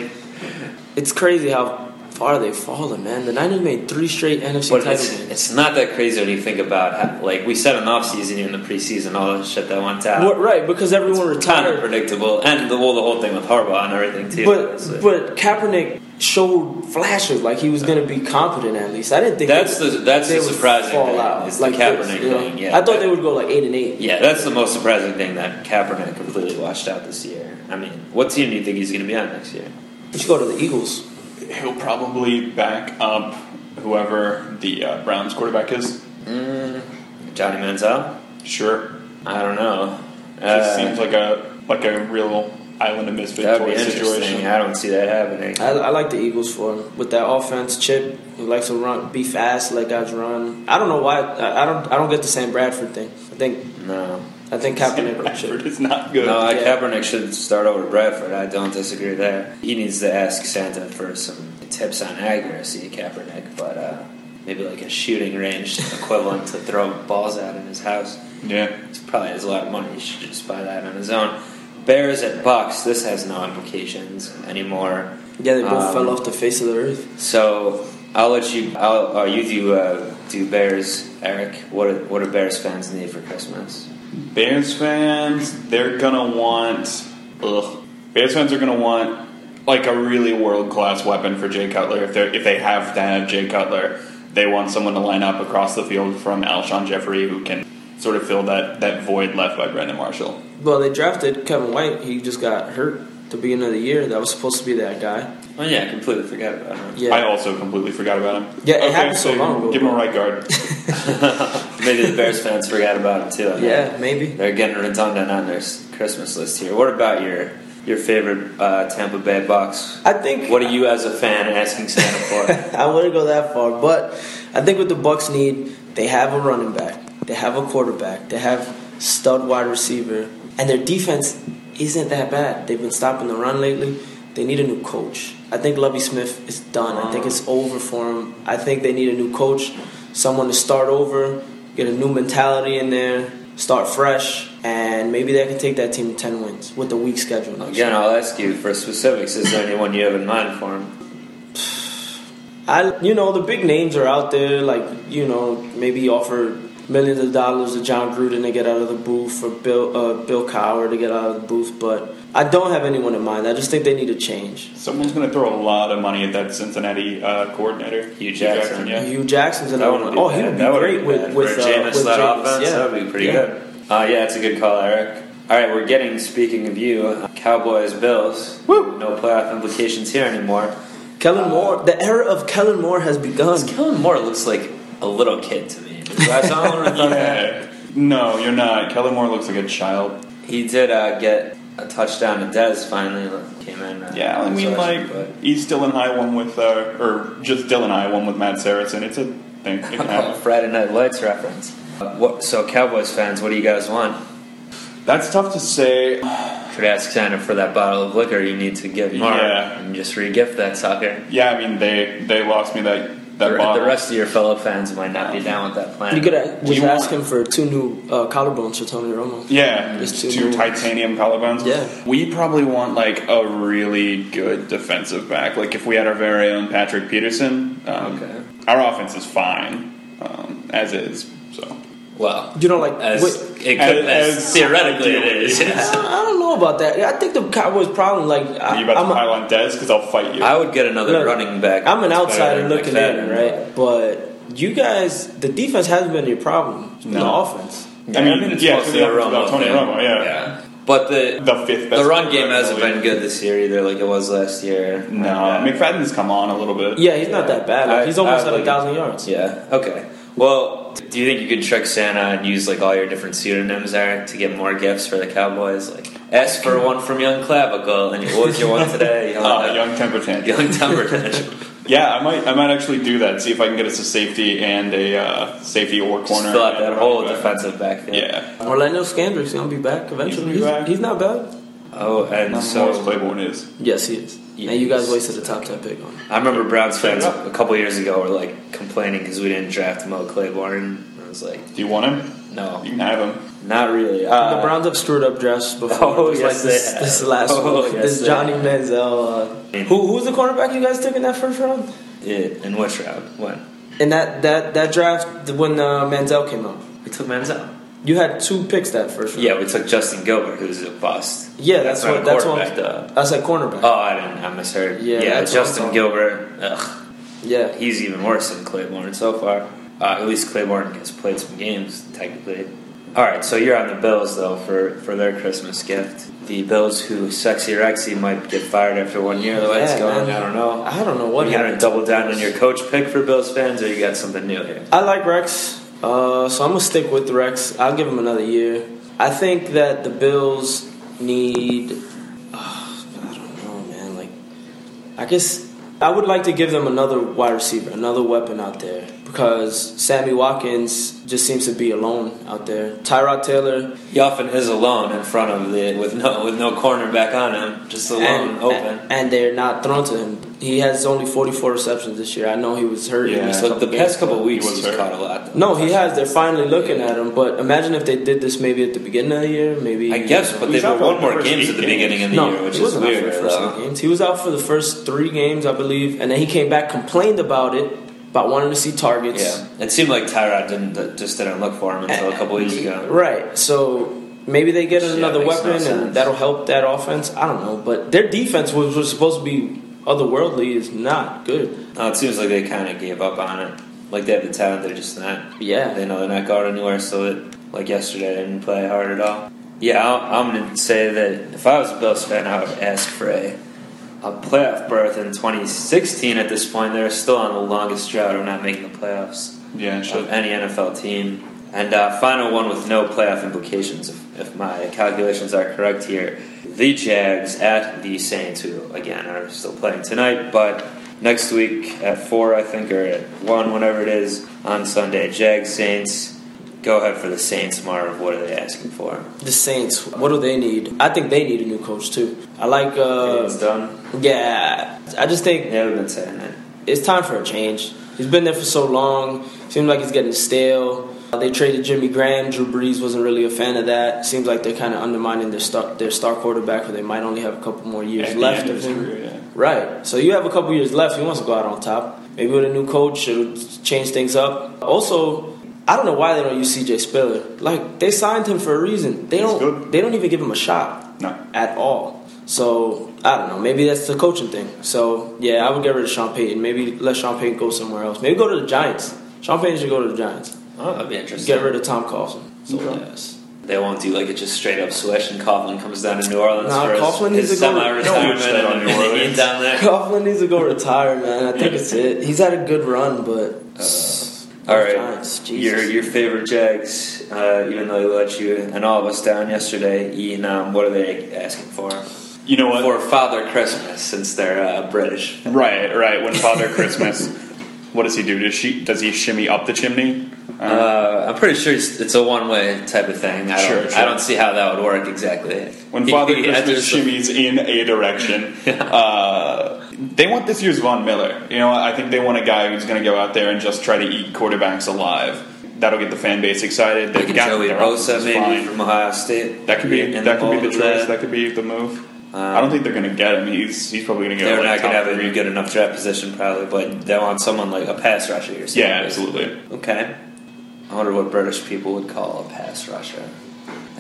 Speaker 7: it's crazy how far they've fallen, man. The Niners made three straight NFC
Speaker 5: But
Speaker 7: title
Speaker 5: it's,
Speaker 7: games.
Speaker 5: it's not that crazy when you think about how, like we said an off season in the preseason, all the shit that went down.
Speaker 7: What- right, because everyone
Speaker 5: kind of
Speaker 7: retired.
Speaker 5: predictable, and the, well, the whole thing with Harbaugh and everything too.
Speaker 7: But
Speaker 5: So-
Speaker 7: but Kaepernick showed flashes like he was going to be competent at least. I didn't think
Speaker 5: That's the- that's the
Speaker 7: would
Speaker 5: surprising
Speaker 7: fall
Speaker 5: thing,
Speaker 7: out.
Speaker 5: is the
Speaker 7: this,
Speaker 5: Kaepernick
Speaker 7: you know?
Speaker 5: thing, yeah.
Speaker 7: I thought they would go like eight and eight.
Speaker 5: yeah, that's the most surprising thing that Kaepernick completely washed out this year. I mean, what team do you think he's going to be on next year?
Speaker 7: You should go to the Eagles.
Speaker 6: He'll probably back up whoever the uh, Browns quarterback is.
Speaker 5: Johnny Manziel?
Speaker 6: Sure,
Speaker 5: I don't know.
Speaker 6: just
Speaker 5: Uh,
Speaker 6: seems like a like a real island of misfit
Speaker 5: that would
Speaker 6: toy
Speaker 5: be interesting.
Speaker 6: situation.
Speaker 5: I don't see that happening.
Speaker 7: I, I like the Eagles for him. with that offense. Chip who likes to run, be fast, let guys run. I don't know why. I, I don't. I don't get the Sam Bradford thing. I think.
Speaker 5: No,
Speaker 7: I think
Speaker 6: Sam
Speaker 7: Kaepernick
Speaker 6: Bradford
Speaker 7: should.
Speaker 6: is not good.
Speaker 5: no, I,
Speaker 7: Yeah.
Speaker 5: Kaepernick should start over Bradford. I don't disagree there. He needs to ask Santa for some tips on accuracy, Kaepernick, but uh, maybe like a shooting range [LAUGHS] equivalent to throwing balls out in his house.
Speaker 6: Yeah,
Speaker 5: It's probably has a lot of money. He should just buy that on his own. Bears at Bucks. This has no implications anymore.
Speaker 7: Yeah, they both
Speaker 5: Um,
Speaker 7: fell off the face of the earth.
Speaker 5: So I'll let you. I'll uh, you do uh, do Bears, Eric. What do- what do Bears fans need for Christmas?
Speaker 6: Bears fans, they're gonna want. Ugh. Bears fans are gonna want like a really world class weapon for Jay Cutler. If they if they have to have Jay Cutler, they want someone to line up across the field from Alshon Jeffrey, who can sort of fill that that void left by Brandon Marshall.
Speaker 7: Well, they drafted Kevin White. He just got hurt at the beginning of the year. That was supposed to be that guy.
Speaker 5: Oh yeah, I completely forgot about him.
Speaker 7: Yeah.
Speaker 6: I also completely forgot about him.
Speaker 7: Yeah, it happened so long ago.
Speaker 6: Give him a right guard. [LAUGHS]
Speaker 5: Maybe the Bears fans forgot about him too. I know.
Speaker 7: yeah, maybe.
Speaker 5: they're getting redundant on their s- Christmas list here. What about your your favorite uh, Tampa Bay Bucks?
Speaker 7: I think
Speaker 5: What are you as a fan asking Santa for?
Speaker 7: [LAUGHS] I wouldn't go that far, but I think what the Bucks need, they have a running back, they have a quarterback, they have stud wide receiver, and their defense isn't that bad. They've been stopping the run lately. They need a new coach. I think Lovey Smith is done. I think it's over for him. I think they need a new coach, someone to start over, get a new mentality in there, start fresh, and maybe they can take that team to ten wins with a weak schedule. [LAUGHS] next year.
Speaker 5: Again, I'll ask you for specifics. Is there anyone you have in mind for him?
Speaker 7: I, you know, the big names are out there. Like, you know, maybe offer millions of dollars to John Gruden to get out of the booth, or Bill uh, Bill Cowher to get out of the booth. But I don't have anyone in mind. I just think they need a change.
Speaker 6: Someone's gonna throw a lot of money at that Cincinnati uh, coordinator,
Speaker 5: Hugh Jackson.
Speaker 6: yeah.
Speaker 7: Hugh Jackson's another
Speaker 5: wouldn't
Speaker 7: one. Oh, he
Speaker 5: bad.
Speaker 7: would be
Speaker 5: That
Speaker 7: great
Speaker 5: be
Speaker 7: with
Speaker 5: bad.
Speaker 7: with,
Speaker 5: For
Speaker 7: uh,
Speaker 5: Jameis
Speaker 7: with
Speaker 5: that
Speaker 7: Jameis,
Speaker 5: offense.
Speaker 7: yeah.
Speaker 5: That would be pretty
Speaker 7: Yeah.
Speaker 5: good. Uh, yeah, it's a good call, Eric. All right, we're getting. Speaking of you, Cowboys Bills. Woo! No playoff implications here anymore.
Speaker 7: Kellen Moore. The era of Kellen Moore
Speaker 5: [LAUGHS]
Speaker 7: has begun.
Speaker 5: Kellen Moore looks like a little kid to
Speaker 7: [LAUGHS]
Speaker 5: me. I saw him, I thought,
Speaker 6: Yeah. Uh, No, you're not. Kellen Moore looks like a child.
Speaker 5: He did uh, get a touchdown to Dez. Finally, came in. uh,
Speaker 6: Yeah, I mean, like
Speaker 5: possession, but-
Speaker 6: he's still in high one with, uh, or just Dylan high one with Matt Saracen. It's a thing. It can
Speaker 5: [LAUGHS]
Speaker 6: happen.
Speaker 5: Friday Night Lights reference. Uh, what, so, Cowboys fans, what do you guys want?
Speaker 6: That's tough to say.
Speaker 5: Could ask Santa for that bottle of liquor you need to give Mark
Speaker 6: Yeah.
Speaker 5: and just regift that sucker.
Speaker 6: Yeah, I mean, they they lost me that that
Speaker 5: the,
Speaker 6: bottle.
Speaker 5: the rest of your fellow fans might not be down with that plan.
Speaker 7: You could uh,
Speaker 6: Do
Speaker 7: just
Speaker 6: you
Speaker 7: ask
Speaker 6: want-
Speaker 7: him for two new uh, collarbones for Tony Romo.
Speaker 6: Yeah,
Speaker 7: Just
Speaker 6: two,
Speaker 7: two more.
Speaker 6: titanium collarbones.
Speaker 7: Yeah.
Speaker 6: we probably want like a really good defensive back. Like if we had our very own Patrick Peterson. Um,
Speaker 5: Okay.
Speaker 6: Our offense is fine um, as is. So
Speaker 5: well,
Speaker 7: You don't like-
Speaker 5: as,
Speaker 7: wait-
Speaker 5: it could,
Speaker 6: As-
Speaker 5: as
Speaker 6: as-
Speaker 5: theoretically it is. [LAUGHS]
Speaker 7: I don't, I don't know about that. I think the Cowboys' problem, like,
Speaker 6: are
Speaker 7: I,
Speaker 6: you about
Speaker 7: I'm
Speaker 6: to
Speaker 7: a-
Speaker 6: pile on Dez because I'll fight you.
Speaker 5: I would get another
Speaker 7: Look,
Speaker 5: running back.
Speaker 7: I'm an
Speaker 5: better
Speaker 7: outsider
Speaker 5: than
Speaker 7: looking in,
Speaker 5: McFadden.
Speaker 7: right? But you guys, the defense hasn't been your problem. It's been the
Speaker 6: No.
Speaker 7: offense.
Speaker 6: I mean,
Speaker 5: it's
Speaker 6: yeah,
Speaker 5: mostly
Speaker 6: it's about Tony
Speaker 5: thing.
Speaker 6: Romo, yeah.
Speaker 5: But the
Speaker 6: The fifth best
Speaker 5: the run
Speaker 6: quarterback
Speaker 5: game
Speaker 6: in the
Speaker 5: hasn't
Speaker 6: league.
Speaker 5: been good this year either, like it was last year.
Speaker 6: no,
Speaker 5: Like that.
Speaker 6: McFadden's come on a little bit.
Speaker 7: Yeah, he's not that bad. Like,
Speaker 5: I-
Speaker 7: he's almost
Speaker 5: I
Speaker 7: at a
Speaker 5: like-
Speaker 7: thousand yards.
Speaker 5: yeah. Okay. Well, do you think you could trick Santa and use like all your different pseudonyms, Eric, to get more gifts for the Cowboys? Like, ask for one from Young Clavicle, and what was your
Speaker 6: [LAUGHS]
Speaker 5: one today? You'll
Speaker 6: Uh,
Speaker 5: have-
Speaker 6: young temper tantrum.
Speaker 5: Young Timber Tantrum.
Speaker 6: Yeah, I might, I might actually do that. See if I can get us a safety and a uh, safety or [LAUGHS]
Speaker 5: Just [LAUGHS]
Speaker 6: corner.
Speaker 5: fill out that
Speaker 6: and
Speaker 5: whole
Speaker 6: running back.
Speaker 5: defensive backfield.
Speaker 6: Yeah,
Speaker 7: Orlando Scandrick's gonna be back eventually.
Speaker 6: He's
Speaker 7: He's,
Speaker 6: back.
Speaker 7: he's not bad.
Speaker 5: Oh, and
Speaker 6: so Morris
Speaker 5: so
Speaker 6: Claiborne is.
Speaker 7: Yes, he is.
Speaker 5: Yeah,
Speaker 7: and you guys
Speaker 5: he's-
Speaker 7: wasted the top ten pick on. him.
Speaker 5: I remember Browns fans
Speaker 6: Fair enough.
Speaker 5: a couple years ago were like complaining because we didn't draft Mo Claiborne. I was like,
Speaker 6: Do you want him?
Speaker 5: no,
Speaker 6: You can have him.
Speaker 5: not really. Uh,
Speaker 7: the Browns have screwed up drafts before.
Speaker 5: Oh,
Speaker 7: just
Speaker 5: yes,
Speaker 7: like this,
Speaker 5: they have.
Speaker 7: this last
Speaker 5: Oh,
Speaker 7: one,
Speaker 5: yes,
Speaker 7: this
Speaker 5: they
Speaker 7: Johnny
Speaker 5: have.
Speaker 7: Manziel. Uh, who who's the cornerback you guys took in that first round?
Speaker 5: It, in which round? When?
Speaker 7: And that that that draft when uh, Manziel came out,
Speaker 5: We took Manziel.
Speaker 7: you had two picks that first round.
Speaker 5: Yeah, we took Justin Gilbert, who's a bust.
Speaker 7: yeah, that's,
Speaker 5: not
Speaker 7: what
Speaker 5: a
Speaker 7: that's what
Speaker 5: quarterback, though.
Speaker 7: that's at cornerback.
Speaker 5: Oh, I didn't. I misheard.
Speaker 7: Yeah,
Speaker 5: Yeah,
Speaker 7: that's what I'm
Speaker 5: Justin
Speaker 7: talking
Speaker 5: Gilbert. Ugh,
Speaker 7: yeah,
Speaker 5: he's even worse than Claiborne so far. Uh, at least Claiborne has played some games technically. All right, so you're on the Bills though for, for their Christmas gift. The Bills, who sexy Rexy might get fired after one year. The way it's
Speaker 7: Yeah,
Speaker 5: going,
Speaker 7: man.
Speaker 5: Oh, I don't know.
Speaker 7: I don't know what
Speaker 5: you gonna
Speaker 7: happened.
Speaker 5: double down on your coach pick for Bills fans, or you got something new here?
Speaker 7: I like Rex, uh, so I'm gonna stick with Rex. I'll give him another year. I think that the Bills need. Uh, I don't know, man. Like, I guess I would like to give them another wide receiver, another weapon out there, because Sammy Watkins just seems to be alone out there. Tyrod Taylor,
Speaker 5: He often is alone in front of the with no with no cornerback on him, just alone,
Speaker 7: and,
Speaker 5: open.
Speaker 7: and they're not thrown to him. He has only 44 receptions this year. I know he was hurt.
Speaker 6: Yeah.
Speaker 7: in these
Speaker 5: but the
Speaker 7: games,
Speaker 5: past couple
Speaker 7: but-
Speaker 5: weeks,
Speaker 6: He was
Speaker 5: he's
Speaker 6: hurt.
Speaker 5: caught a lot. though.
Speaker 7: No, he has. They're finally looking at him. But imagine if they did this maybe at the beginning of the year, maybe.
Speaker 5: I guess, but they've
Speaker 6: dropped
Speaker 5: won
Speaker 6: like
Speaker 5: more
Speaker 6: the first
Speaker 5: games
Speaker 6: eight
Speaker 5: at the
Speaker 6: games.
Speaker 5: beginning of the
Speaker 7: no,
Speaker 5: year, which
Speaker 7: he
Speaker 5: is
Speaker 7: wasn't out for
Speaker 5: weird.
Speaker 7: the first eight games. He was out for the first three games, I believe, and then he came back, complained about it, about wanting to see targets.
Speaker 5: Yeah, it seemed like Tyrod didn't just didn't look for him until a couple weeks ago.
Speaker 7: Right. So maybe they get
Speaker 5: Yeah,
Speaker 7: another
Speaker 5: makes no
Speaker 7: weapon,
Speaker 5: sense.
Speaker 7: and that'll help that offense. I don't know, but their defense, which was supposed to be otherworldly, is not good.
Speaker 5: No, it seems like they kind of gave up on it. Like they have the talent, they're just not.
Speaker 7: Yeah.
Speaker 5: they know they're not going anywhere. So it, like yesterday, they didn't play hard at all. Yeah, I'll, I'm gonna say that if I was a Bills fan, I would ask for a, a playoff berth in 2016. At this point, they're still on the longest drought of not making the playoffs.
Speaker 6: Yeah,
Speaker 5: of
Speaker 6: sure.
Speaker 5: any NFL team. And uh, final one with no playoff implications, if, if my calculations are correct here. The Jags at the Saints, who again are still playing tonight, but next week at 4, I think, or at 1, whenever it is, on Sunday. Jags, Saints, go ahead for the Saints, Marv. What are they asking for?
Speaker 7: The Saints, what do they need? I think they need a new coach too. I like. Uh,
Speaker 5: it's done.
Speaker 7: yeah, I just think
Speaker 5: Yeah, we've been saying that.
Speaker 7: it's time for a change. He's been there for so long. Seems like he's getting stale. Uh, They traded Jimmy Graham. Drew Brees wasn't really a fan of that. Seems like they're kind of undermining their star, their star quarterback, who they might only have a couple more years
Speaker 6: At the
Speaker 7: left
Speaker 6: end of
Speaker 7: of
Speaker 6: his
Speaker 7: him.
Speaker 6: career, yeah.
Speaker 7: Right. So you have a couple years left. He wants to go out on top. Maybe with a new coach, it'll change things up. Also, I don't know why they don't use CJ Spiller. Like they signed him for a reason. They
Speaker 6: He's
Speaker 7: don't.
Speaker 6: good.
Speaker 7: They don't even give him a shot
Speaker 6: No.
Speaker 7: at all. So I don't know. Maybe that's the coaching thing. So yeah, I would get rid of Sean Payton. Maybe let Sean Payton go somewhere else. Maybe go to the Giants. Sean Payton should go to the Giants.
Speaker 5: Oh, that'd be interesting.
Speaker 7: Get rid of Tom Coughlin. So yes.
Speaker 5: They won't do like it just straight up swish and Coughlin comes down to New Orleans
Speaker 7: Nah,
Speaker 5: for his-
Speaker 7: Coughlin
Speaker 5: his,
Speaker 7: needs to go to-
Speaker 5: semi
Speaker 6: No
Speaker 5: retirement
Speaker 6: one's staying on
Speaker 5: and,
Speaker 6: New
Speaker 5: and he
Speaker 6: Orleans.
Speaker 5: down there.
Speaker 7: Coughlin needs to go retire, man. I think it's it. He's had a good run, but uh,
Speaker 5: All right,
Speaker 7: Giants, Jesus.
Speaker 5: your your favorite Jags, uh, even though they let you and all of us down yesterday. Ian, um, what are they asking for?
Speaker 6: You know what?
Speaker 5: For Father Christmas, since they're uh, British.
Speaker 6: Right, right. When Father Christmas, [LAUGHS] what does he do? Does she? Does he shimmy up the chimney? Uh,
Speaker 5: Uh, I'm pretty sure it's, it's a one way type of thing. I don't,
Speaker 6: Sure, sure.
Speaker 5: I don't see how that would work exactly.
Speaker 6: when
Speaker 5: He- [LAUGHS]
Speaker 6: Father
Speaker 5: he
Speaker 6: Christmas
Speaker 5: enters the-
Speaker 6: shimmies in a
Speaker 5: [LAUGHS]
Speaker 6: direction, uh, they want this year's Von Miller. You know, I think they want a guy who's going to go out there and just try to eat quarterbacks alive. That'll get the fan base excited. They've
Speaker 5: like
Speaker 6: got
Speaker 5: Joey
Speaker 6: their
Speaker 5: Bosa,
Speaker 6: offense
Speaker 5: maybe
Speaker 6: fine.
Speaker 5: from Ohio State.
Speaker 6: That could be
Speaker 5: In
Speaker 6: that could
Speaker 5: mold
Speaker 6: be the
Speaker 5: of
Speaker 6: choice. That could be the move. I don't think they're going to get him. He's he's probably going to go.
Speaker 5: They're
Speaker 6: like,
Speaker 5: not going to
Speaker 6: top
Speaker 5: have a
Speaker 6: three.
Speaker 5: good enough draft position, probably, but they want someone like a pass rusher or something.
Speaker 6: Yeah, absolutely.
Speaker 5: Okay. I wonder what British people would call a pass rusher.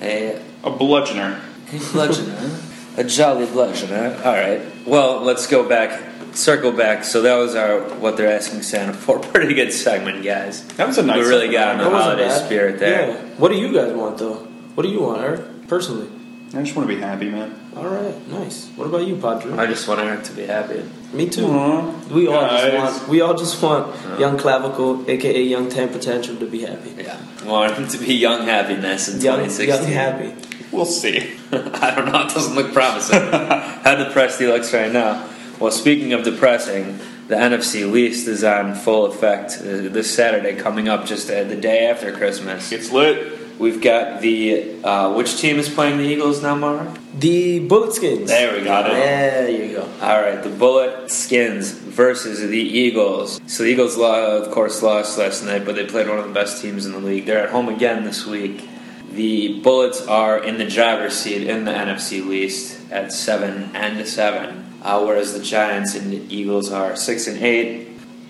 Speaker 5: A,
Speaker 6: A bludgeoner.
Speaker 5: a bludgeoner. a jolly bludgeoner. All right. Well, let's go back, circle back. So that was our what they're asking Santa [LAUGHS] for. Pretty good segment, guys.
Speaker 6: That was a nice
Speaker 5: We really
Speaker 6: segment.
Speaker 5: got on
Speaker 7: That
Speaker 5: the
Speaker 7: wasn't
Speaker 5: holiday
Speaker 7: bad.
Speaker 5: spirit there.
Speaker 7: Yeah. What do you guys want though? What do you want, Eric? Personally.
Speaker 6: I just want to be happy, man.
Speaker 7: All right, nice. What about you, Padre?
Speaker 5: I just want Eric to be happy.
Speaker 7: Me too.
Speaker 6: Aw.
Speaker 7: We all
Speaker 6: Guys.
Speaker 7: just want we all just want young clavicle, aka young temper tantrum, to be happy.
Speaker 5: Yeah. I want him to be young happiness in
Speaker 7: Young, young
Speaker 5: 2016.
Speaker 7: happy.
Speaker 6: We'll see.
Speaker 5: [LAUGHS] I don't know. It doesn't look promising. How depressed he looks right now. Well, speaking of depressing, the NFC least is on full effect uh, this Saturday, coming up just uh, the day after Christmas.
Speaker 6: It's lit.
Speaker 5: We've got the uh, which team is playing the Eagles now, Mara?
Speaker 7: The bullet skins.
Speaker 5: There we got it.
Speaker 7: There you go.
Speaker 5: All right, the Bullet Skins versus the Eagles. So the Eagles, lo- of course, lost last night, but they played one of the best teams in the league. They're at home again this week. The Bullets are in the driver's seat in the NFC least at seven and seven, uh, whereas the Giants and the Eagles are six and eight.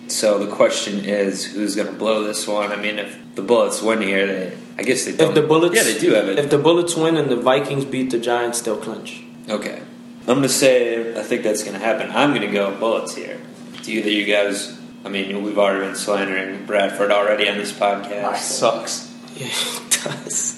Speaker 5: So the question is, who's going to blow this one? I mean, if the Bullets win here, they I guess they don't.
Speaker 7: If the bullets,
Speaker 5: yeah, they do have it.
Speaker 7: If the bullets win and the Vikings beat the Giants, they'll clinch.
Speaker 5: okay, I'm going to say I think that's going to happen. I'm going to go Bullets here. Do either you guys? I mean, we've already been slandering Bradford already on this podcast.
Speaker 6: Sucks.
Speaker 7: Yeah, [LAUGHS] it does.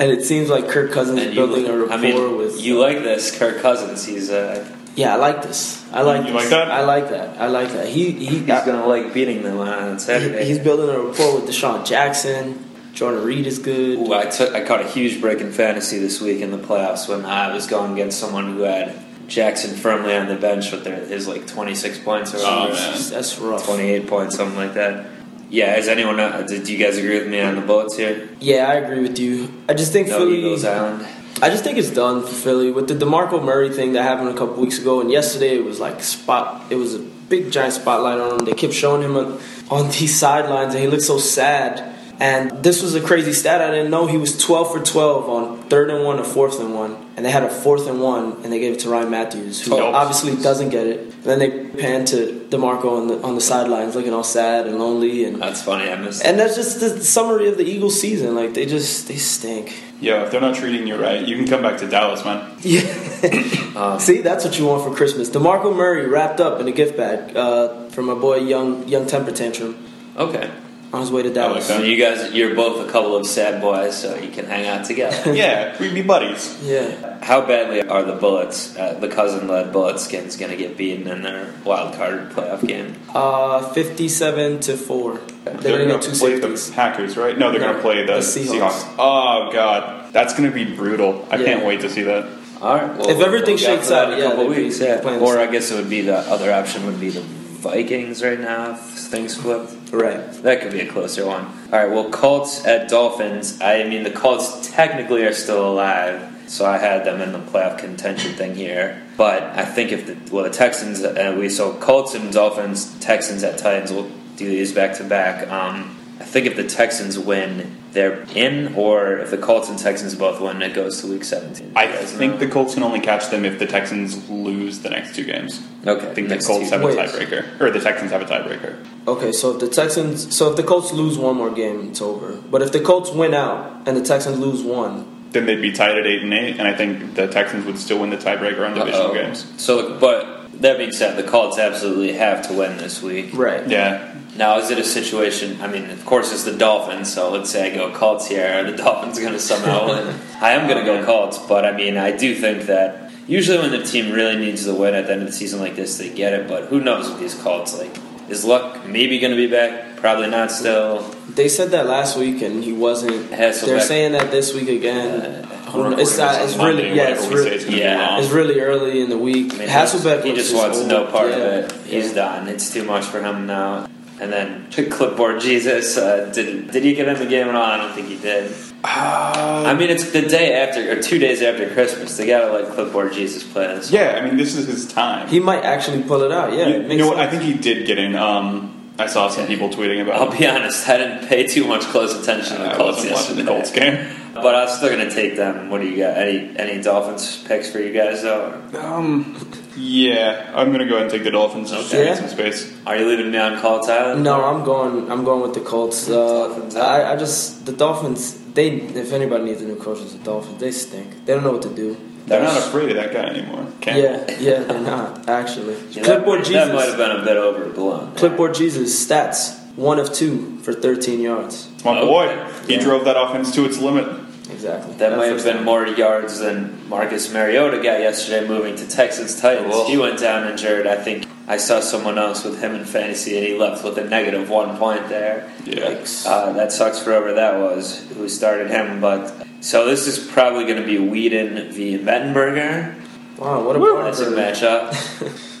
Speaker 7: And it seems like Kirk Cousins
Speaker 5: And
Speaker 7: is
Speaker 5: you,
Speaker 7: building a rapport
Speaker 5: I mean,
Speaker 7: with. uh,
Speaker 5: you like this Kirk Cousins? He's uh,
Speaker 7: yeah, I like this. I like.
Speaker 6: You
Speaker 7: this.
Speaker 6: like that?
Speaker 7: I like that. I like that. He he
Speaker 5: he's going to like beating them on Saturday.
Speaker 7: he- he's building a rapport with Deshaun Jackson. Jordan Reed is good.
Speaker 5: Ooh, I took I caught a huge break in fantasy this week in the playoffs when I was going against someone who had Jackson firmly on the bench with their, his like 26 points or
Speaker 6: Oh,
Speaker 5: whatever.
Speaker 6: man.
Speaker 7: That's rough.
Speaker 5: 28 points, something like that. Yeah, is anyone? uh, Did you guys agree with me on the bullets here?
Speaker 7: Yeah, I agree with you. I just think
Speaker 5: No
Speaker 7: Philly.
Speaker 5: Eagles Island.
Speaker 7: I just think it's done for Philly with the Demarco Murray thing that happened a couple weeks ago, and yesterday it was like spot. It was a big giant spotlight on him. They kept showing him on, on these sidelines, and he looked so sad. And this was a crazy stat. I didn't know he was 12 for 12 on third and one or fourth and one, and they had a fourth and one, and they gave it to Ryan Matthews, who
Speaker 6: Nope.
Speaker 7: obviously doesn't get it. And then they panned to Demarco on the on the sidelines, looking all sad and lonely, and
Speaker 5: That's funny. I missed.
Speaker 7: and that's just the summary of the Eagles season. Like they just they stink.
Speaker 6: Yo, if they're not treating you right, you can come back to Dallas, man.
Speaker 7: Yeah. [COUGHS] See, that's what you want for Christmas. DeMarco Murray wrapped up in a gift bag uh, from my boy Young Young Temper Tantrum
Speaker 5: Okay,
Speaker 7: on his way to
Speaker 6: like
Speaker 7: Dallas.
Speaker 6: that.
Speaker 5: so you guys, you're both a couple of sad boys, so you can hang out
Speaker 6: [LAUGHS]
Speaker 5: together.
Speaker 6: yeah, we'd be buddies.
Speaker 7: Yeah.
Speaker 5: How badly are the bullets, uh, the cousin-led Bulletskins, going to get beaten in their wild card playoff game?
Speaker 7: Uh, 57 to 4. They're going to
Speaker 6: gonna
Speaker 7: get two
Speaker 6: play
Speaker 7: safeties.
Speaker 6: the Packers, right? No, they're
Speaker 7: No,
Speaker 6: going to play the,
Speaker 7: the Seahawks.
Speaker 6: Seahawks. Oh god, that's going to be brutal. I
Speaker 7: Yeah.
Speaker 6: can't wait to see that.
Speaker 5: All right. Well,
Speaker 7: If
Speaker 5: we'll- we'll go
Speaker 7: everything shakes
Speaker 5: for that
Speaker 7: out,
Speaker 5: in a
Speaker 7: yeah,
Speaker 5: couple
Speaker 7: they'd be
Speaker 5: weeks, yeah.
Speaker 7: playing
Speaker 5: Or
Speaker 7: the
Speaker 5: I guess it would be the other option would be the Vikings right now. If things flipped.
Speaker 7: Right.
Speaker 5: That could be a closer one. All right. Well, Colts at Dolphins. I mean, the Colts technically are still alive, so I had them in the playoff contention thing here. But I think if the well, the Texans uh, we so Colts and Dolphins, Texans at Titans. We'll do these back to back. Um, I think if the Texans win, they're in, or if the Colts and Texans both win, it goes to Week 17.
Speaker 6: I
Speaker 5: You guys
Speaker 6: think
Speaker 5: know?
Speaker 6: the Colts can only catch them if the Texans lose the next two games.
Speaker 5: Okay.
Speaker 6: I think
Speaker 5: next
Speaker 6: the Colts
Speaker 5: two.
Speaker 6: have a
Speaker 7: Wait.
Speaker 6: tiebreaker, or the Texans have a tiebreaker.
Speaker 7: Okay, so if the Texans, so if the Colts lose one more game, it's over. But if the Colts win out and the Texans lose one,
Speaker 6: Then they'd be tied at eight and eight, and I think the Texans would still win the tiebreaker on divisional
Speaker 5: Uh-oh.
Speaker 6: games.
Speaker 5: So, but that being said, the Colts absolutely have to win this week.
Speaker 7: right?
Speaker 6: Yeah,
Speaker 5: Now, is it a situation? I mean, of course, it's the Dolphins. So let's say I go Colts here. Are the [LAUGHS] Dolphins going to somehow
Speaker 6: [LAUGHS]
Speaker 5: win? I am going to go Colts, but I mean, I do think that usually when the team really needs the win at the end of the season like this, they get it. But who knows with these Colts? Like, is Luck maybe going to be back? Probably not. Still,
Speaker 7: They said that last week and he wasn't.
Speaker 5: Hasselbeck.
Speaker 7: They're saying that this week again.
Speaker 5: Uh,
Speaker 7: Who knows? it's not,
Speaker 6: on
Speaker 7: it's
Speaker 6: Monday,
Speaker 7: really yeah,
Speaker 6: whatever
Speaker 7: it's
Speaker 6: we say
Speaker 7: really
Speaker 6: it's gonna be
Speaker 5: yeah,
Speaker 6: wrong.
Speaker 7: It's really early in the week.
Speaker 5: I mean,
Speaker 7: Hasselbeck.
Speaker 5: he
Speaker 7: looks
Speaker 5: just wants
Speaker 7: old.
Speaker 5: no part
Speaker 7: Yeah.
Speaker 5: of it. He's done. It's too much for him now. And then clipboard Jesus. Uh, did did he get in the game at all? I don't think he did.
Speaker 6: Ah.
Speaker 5: I mean, it's the day after or two days after Christmas. They gotta let clipboard Jesus play this.
Speaker 6: yeah. I mean, this is his time.
Speaker 7: He might actually pull it out. Yeah,
Speaker 6: you,
Speaker 7: it
Speaker 6: you
Speaker 7: makes
Speaker 6: know what? I
Speaker 7: sense.
Speaker 6: think he did get in. Um, I saw some people tweeting about.
Speaker 5: I'll be honest. I didn't pay too much close attention to the
Speaker 6: I
Speaker 5: Colts
Speaker 6: wasn't watching
Speaker 5: yesterday.
Speaker 6: the Colts game.
Speaker 5: But I'm still gonna take them. What do you got? Any any Dolphins picks for you guys though?
Speaker 6: Um, yeah, I'm gonna go ahead and take the Dolphins just to
Speaker 7: Okay.
Speaker 6: get some space.
Speaker 5: Are you leaving me on call, Tyler?
Speaker 7: No, I'm going. I'm going with the Colts. Uh,
Speaker 5: Dolphins, huh?
Speaker 7: I, I just the Dolphins. They, if anybody needs a new coach, it's the Dolphins. They stink. They don't know what to do.
Speaker 6: They're not
Speaker 5: That's-
Speaker 6: afraid of that guy anymore. Can't.
Speaker 7: Yeah, yeah, they're not actually.
Speaker 5: [LAUGHS] Yeah, that,
Speaker 7: Clipboard
Speaker 5: that might have
Speaker 7: Jesus.
Speaker 5: been a bit overblown.
Speaker 7: Clipboard Jesus stats one of two for 13 yards.
Speaker 6: It's my boy. He
Speaker 7: Yeah.
Speaker 6: drove that offense to its limit.
Speaker 7: Exactly.
Speaker 5: That might have
Speaker 7: first
Speaker 5: been
Speaker 7: down.
Speaker 5: more yards than Marcus Mariota got yesterday moving to Texans Titans.
Speaker 6: Whoa.
Speaker 5: He went down injured. I think I saw someone else with him in fantasy and he left with a negative one point there.
Speaker 6: Yikes.
Speaker 5: Uh, that sucks for whoever that was who started him. But So this is probably going to be Whedon v. Mettenberger.
Speaker 7: Wow, what a
Speaker 5: That's a
Speaker 7: barber. [LAUGHS]
Speaker 5: matchup.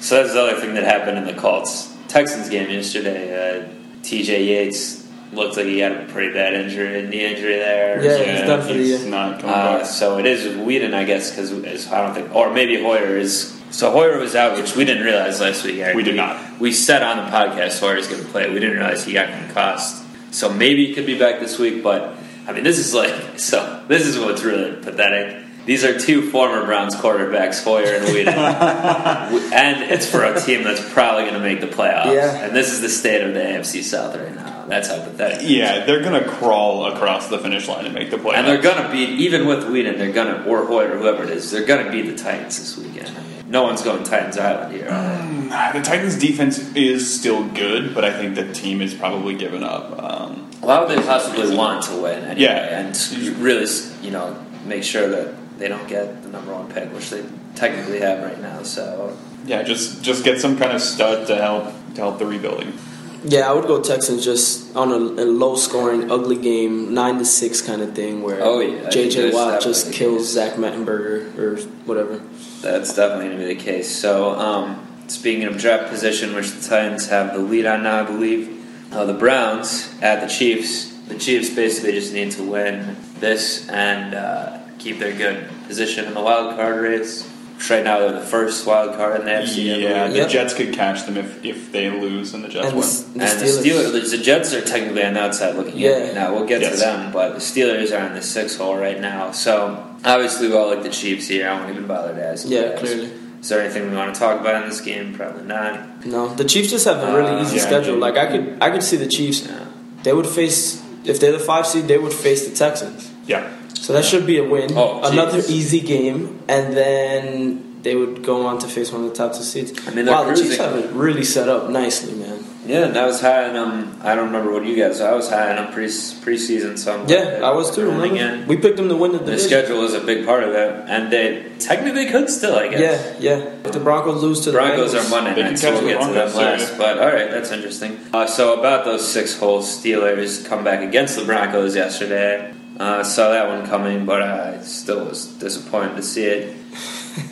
Speaker 5: so that's the other thing that happened in the Colts Texans game yesterday. Uh, TJ Yates looked like he had a pretty bad injury, knee injury there.
Speaker 7: Yeah, he's done for the
Speaker 6: he's
Speaker 7: year.
Speaker 6: not coming
Speaker 5: Uh,
Speaker 6: back.
Speaker 5: so it is Whedon, I guess, because I don't think, or maybe Hoyer is. So Hoyer was out, which we didn't realize last week. Eric.
Speaker 6: We did not.
Speaker 5: We said on the podcast Hoyer's going to play. We didn't realize he got concussed. So [LAUGHS] maybe he could be back this week. But I mean, this is like so. This is what's really pathetic. These are two former Browns quarterbacks, Hoyer and
Speaker 6: [LAUGHS]
Speaker 5: Whedon. W- and it's for a team that's probably going to make the playoffs.
Speaker 7: Yeah.
Speaker 5: And this is the state of the AFC South right now. That's how pathetic. it is.
Speaker 6: Yeah, they're gonna crawl across the finish line and make the playoffs.
Speaker 5: And they're going to beat, even with Whedon, they're going to, or Hoyer, whoever it is, they're going to beat the Titans this weekend. No one's going Titans Island here.
Speaker 6: the Titans' defense is still good, but I think the team is probably given up. Um,
Speaker 5: Why would they possibly want to win anyway?
Speaker 6: Yeah.
Speaker 5: And s- really, s- you know, make sure that they don't get the number one pick, which they technically have right now. So
Speaker 6: yeah, just just get some kind of stud to help to help the rebuilding.
Speaker 7: Yeah, I would go Texans just on a, a low scoring, ugly game, nine to six kind of thing where
Speaker 5: Oh, yeah, I think
Speaker 7: JJ
Speaker 5: there's
Speaker 7: Watt
Speaker 5: definitely
Speaker 7: just kills Zach Mettenberger or whatever.
Speaker 5: That's definitely going to be the case. So, um, speaking of draft position, which the Titans have the lead on now, I believe, uh, the Browns at the Chiefs. The Chiefs basically just need to win this and uh, keep their good position in the wild card race. Which right now, they're the first wild card in the AFC. I
Speaker 6: Yeah,
Speaker 5: believe.
Speaker 6: the
Speaker 7: Yep.
Speaker 6: Jets could catch them if, if they lose and the Jets
Speaker 7: And the,
Speaker 6: win.
Speaker 7: S- the
Speaker 5: and
Speaker 7: Steelers.
Speaker 5: the Steelers, the Jets are technically on the outside looking in
Speaker 7: Yeah.
Speaker 5: right now. We'll get to
Speaker 6: Yes.
Speaker 5: them, but the Steelers are in the six hole right now. So obviously, we all like the Chiefs here. I won't even bother to ask. you
Speaker 7: Yeah,
Speaker 5: guys.
Speaker 7: clearly.
Speaker 5: Is there anything we want to talk about in this game? Probably not.
Speaker 7: No, the Chiefs just have a really
Speaker 5: Uh,
Speaker 7: easy
Speaker 6: yeah,
Speaker 7: schedule.
Speaker 6: yeah.
Speaker 7: Like I could, I could see the Chiefs.
Speaker 5: Yeah.
Speaker 7: They would face if they're the five seed, they would face the Texans.
Speaker 6: Yeah,
Speaker 7: So that should be a win.
Speaker 5: Oh, geez.
Speaker 7: Another easy game, and then they would go on to face one of the top two seeds.
Speaker 5: I mean, they're
Speaker 7: wow, the Chiefs
Speaker 5: cruising.
Speaker 7: have it really set up nicely, man.
Speaker 5: Yeah, and I was high on um I don't remember what you guys. I was high on them pre preseason. So I'm
Speaker 7: Yeah, I was too.
Speaker 5: Running
Speaker 7: Remember?
Speaker 5: in.
Speaker 7: We picked them to win the
Speaker 5: The
Speaker 7: division.
Speaker 5: schedule is a big part of it, and they technically could still. I guess.
Speaker 7: Yeah, yeah. If the Broncos lose to the
Speaker 5: Broncos
Speaker 7: Bengals-
Speaker 5: are Monday
Speaker 6: They
Speaker 5: night,
Speaker 6: didn't
Speaker 5: so
Speaker 6: catch
Speaker 5: we'll
Speaker 6: the
Speaker 5: get to them
Speaker 6: Broncos,
Speaker 5: last.
Speaker 6: so
Speaker 5: But
Speaker 6: yeah.
Speaker 5: all right, that's interesting. Uh, so about those six hole Steelers come back against the Broncos yesterday. Uh, saw that one coming, but I still was disappointed to see
Speaker 7: [LAUGHS]
Speaker 5: it.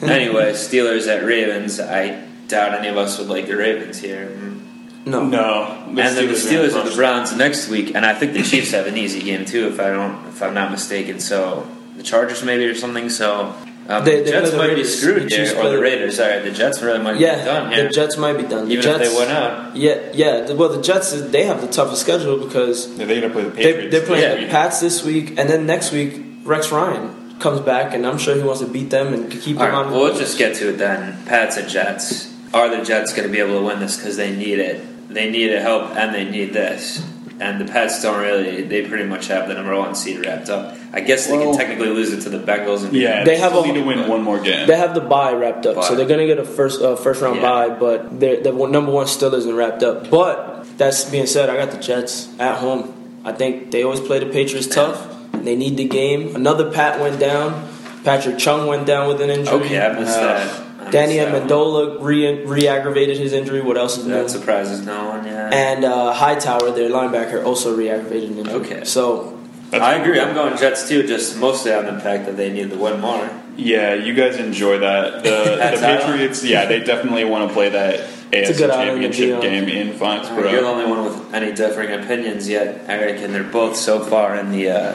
Speaker 5: anyway, Steelers at Ravens. I doubt any of us would like the Ravens here.
Speaker 7: No,
Speaker 6: no, the
Speaker 5: and then the Steelers
Speaker 6: are
Speaker 5: at the Browns next week, and I think the Chiefs have an easy game too, if I don't, if I'm not mistaken. So the Chargers maybe or something. So um,
Speaker 7: They-
Speaker 5: the
Speaker 7: they
Speaker 5: Jets
Speaker 7: play the
Speaker 5: might be
Speaker 7: Raiders.
Speaker 5: screwed
Speaker 7: The Chiefs
Speaker 5: here, or
Speaker 7: play
Speaker 5: the
Speaker 7: the-
Speaker 5: Raiders. Sorry, the Jets really might
Speaker 7: Yeah,
Speaker 5: be done here.
Speaker 7: the Jets might be done. The
Speaker 5: Even
Speaker 7: Jets,
Speaker 5: if they went out,
Speaker 7: Yeah, yeah. the- Well, the Jets they have the toughest schedule because
Speaker 6: Yeah, they're gonna play the
Speaker 7: they,
Speaker 6: Patriots.
Speaker 7: they're playing
Speaker 5: Yeah.
Speaker 7: the Pats this week, and then next week Rex Ryan comes back, and I'm sure he wants to beat them and keep
Speaker 5: all
Speaker 7: them
Speaker 5: right.
Speaker 7: on.
Speaker 5: Well, let's just get to it then. Pats and Jets. Are the Jets going to be able to win this? Because they need it. They need a help, and they need this. And the Pats don't really. They pretty much have the number one seed wrapped up. I guess they
Speaker 6: Well-
Speaker 5: can technically lose it to the Bengals. And
Speaker 6: yeah,
Speaker 7: They
Speaker 6: they
Speaker 7: have
Speaker 6: have
Speaker 7: a-
Speaker 6: need to win one more game.
Speaker 7: they have the bye wrapped up,
Speaker 5: Bye.
Speaker 7: so they're gonna get a first uh, first round
Speaker 5: Yeah.
Speaker 7: bye. But they're- the one- number one still isn't wrapped up. But that's being said, I got the Jets at home. I think they always play the Patriots tough. They need the game. Another Pat went down. Patrick Chung went down with an injury.
Speaker 5: Okay, I missed
Speaker 7: Uh,
Speaker 5: that. I missed
Speaker 7: Danny
Speaker 5: that one.
Speaker 7: Amendola re- re-aggravated his injury. What else is new?
Speaker 5: That surprises no one. Yeah.
Speaker 7: And uh, Hightower, their linebacker, also re-aggravated an injury.
Speaker 5: Okay.
Speaker 7: So
Speaker 5: I agree. I'm going Jets too, just mostly on the fact that they need to win more.
Speaker 6: Yeah, you guys enjoy that.
Speaker 7: [LAUGHS]
Speaker 6: The,
Speaker 5: That's
Speaker 6: the
Speaker 5: how-
Speaker 6: Patriots, yeah, they definitely want to play that
Speaker 7: It's a
Speaker 6: AFC
Speaker 7: good island to
Speaker 6: Championship
Speaker 7: be
Speaker 6: game in
Speaker 5: You're the
Speaker 6: Foxborough.
Speaker 5: only one with any differing opinions yet, Eric, and they're both so far in the uh,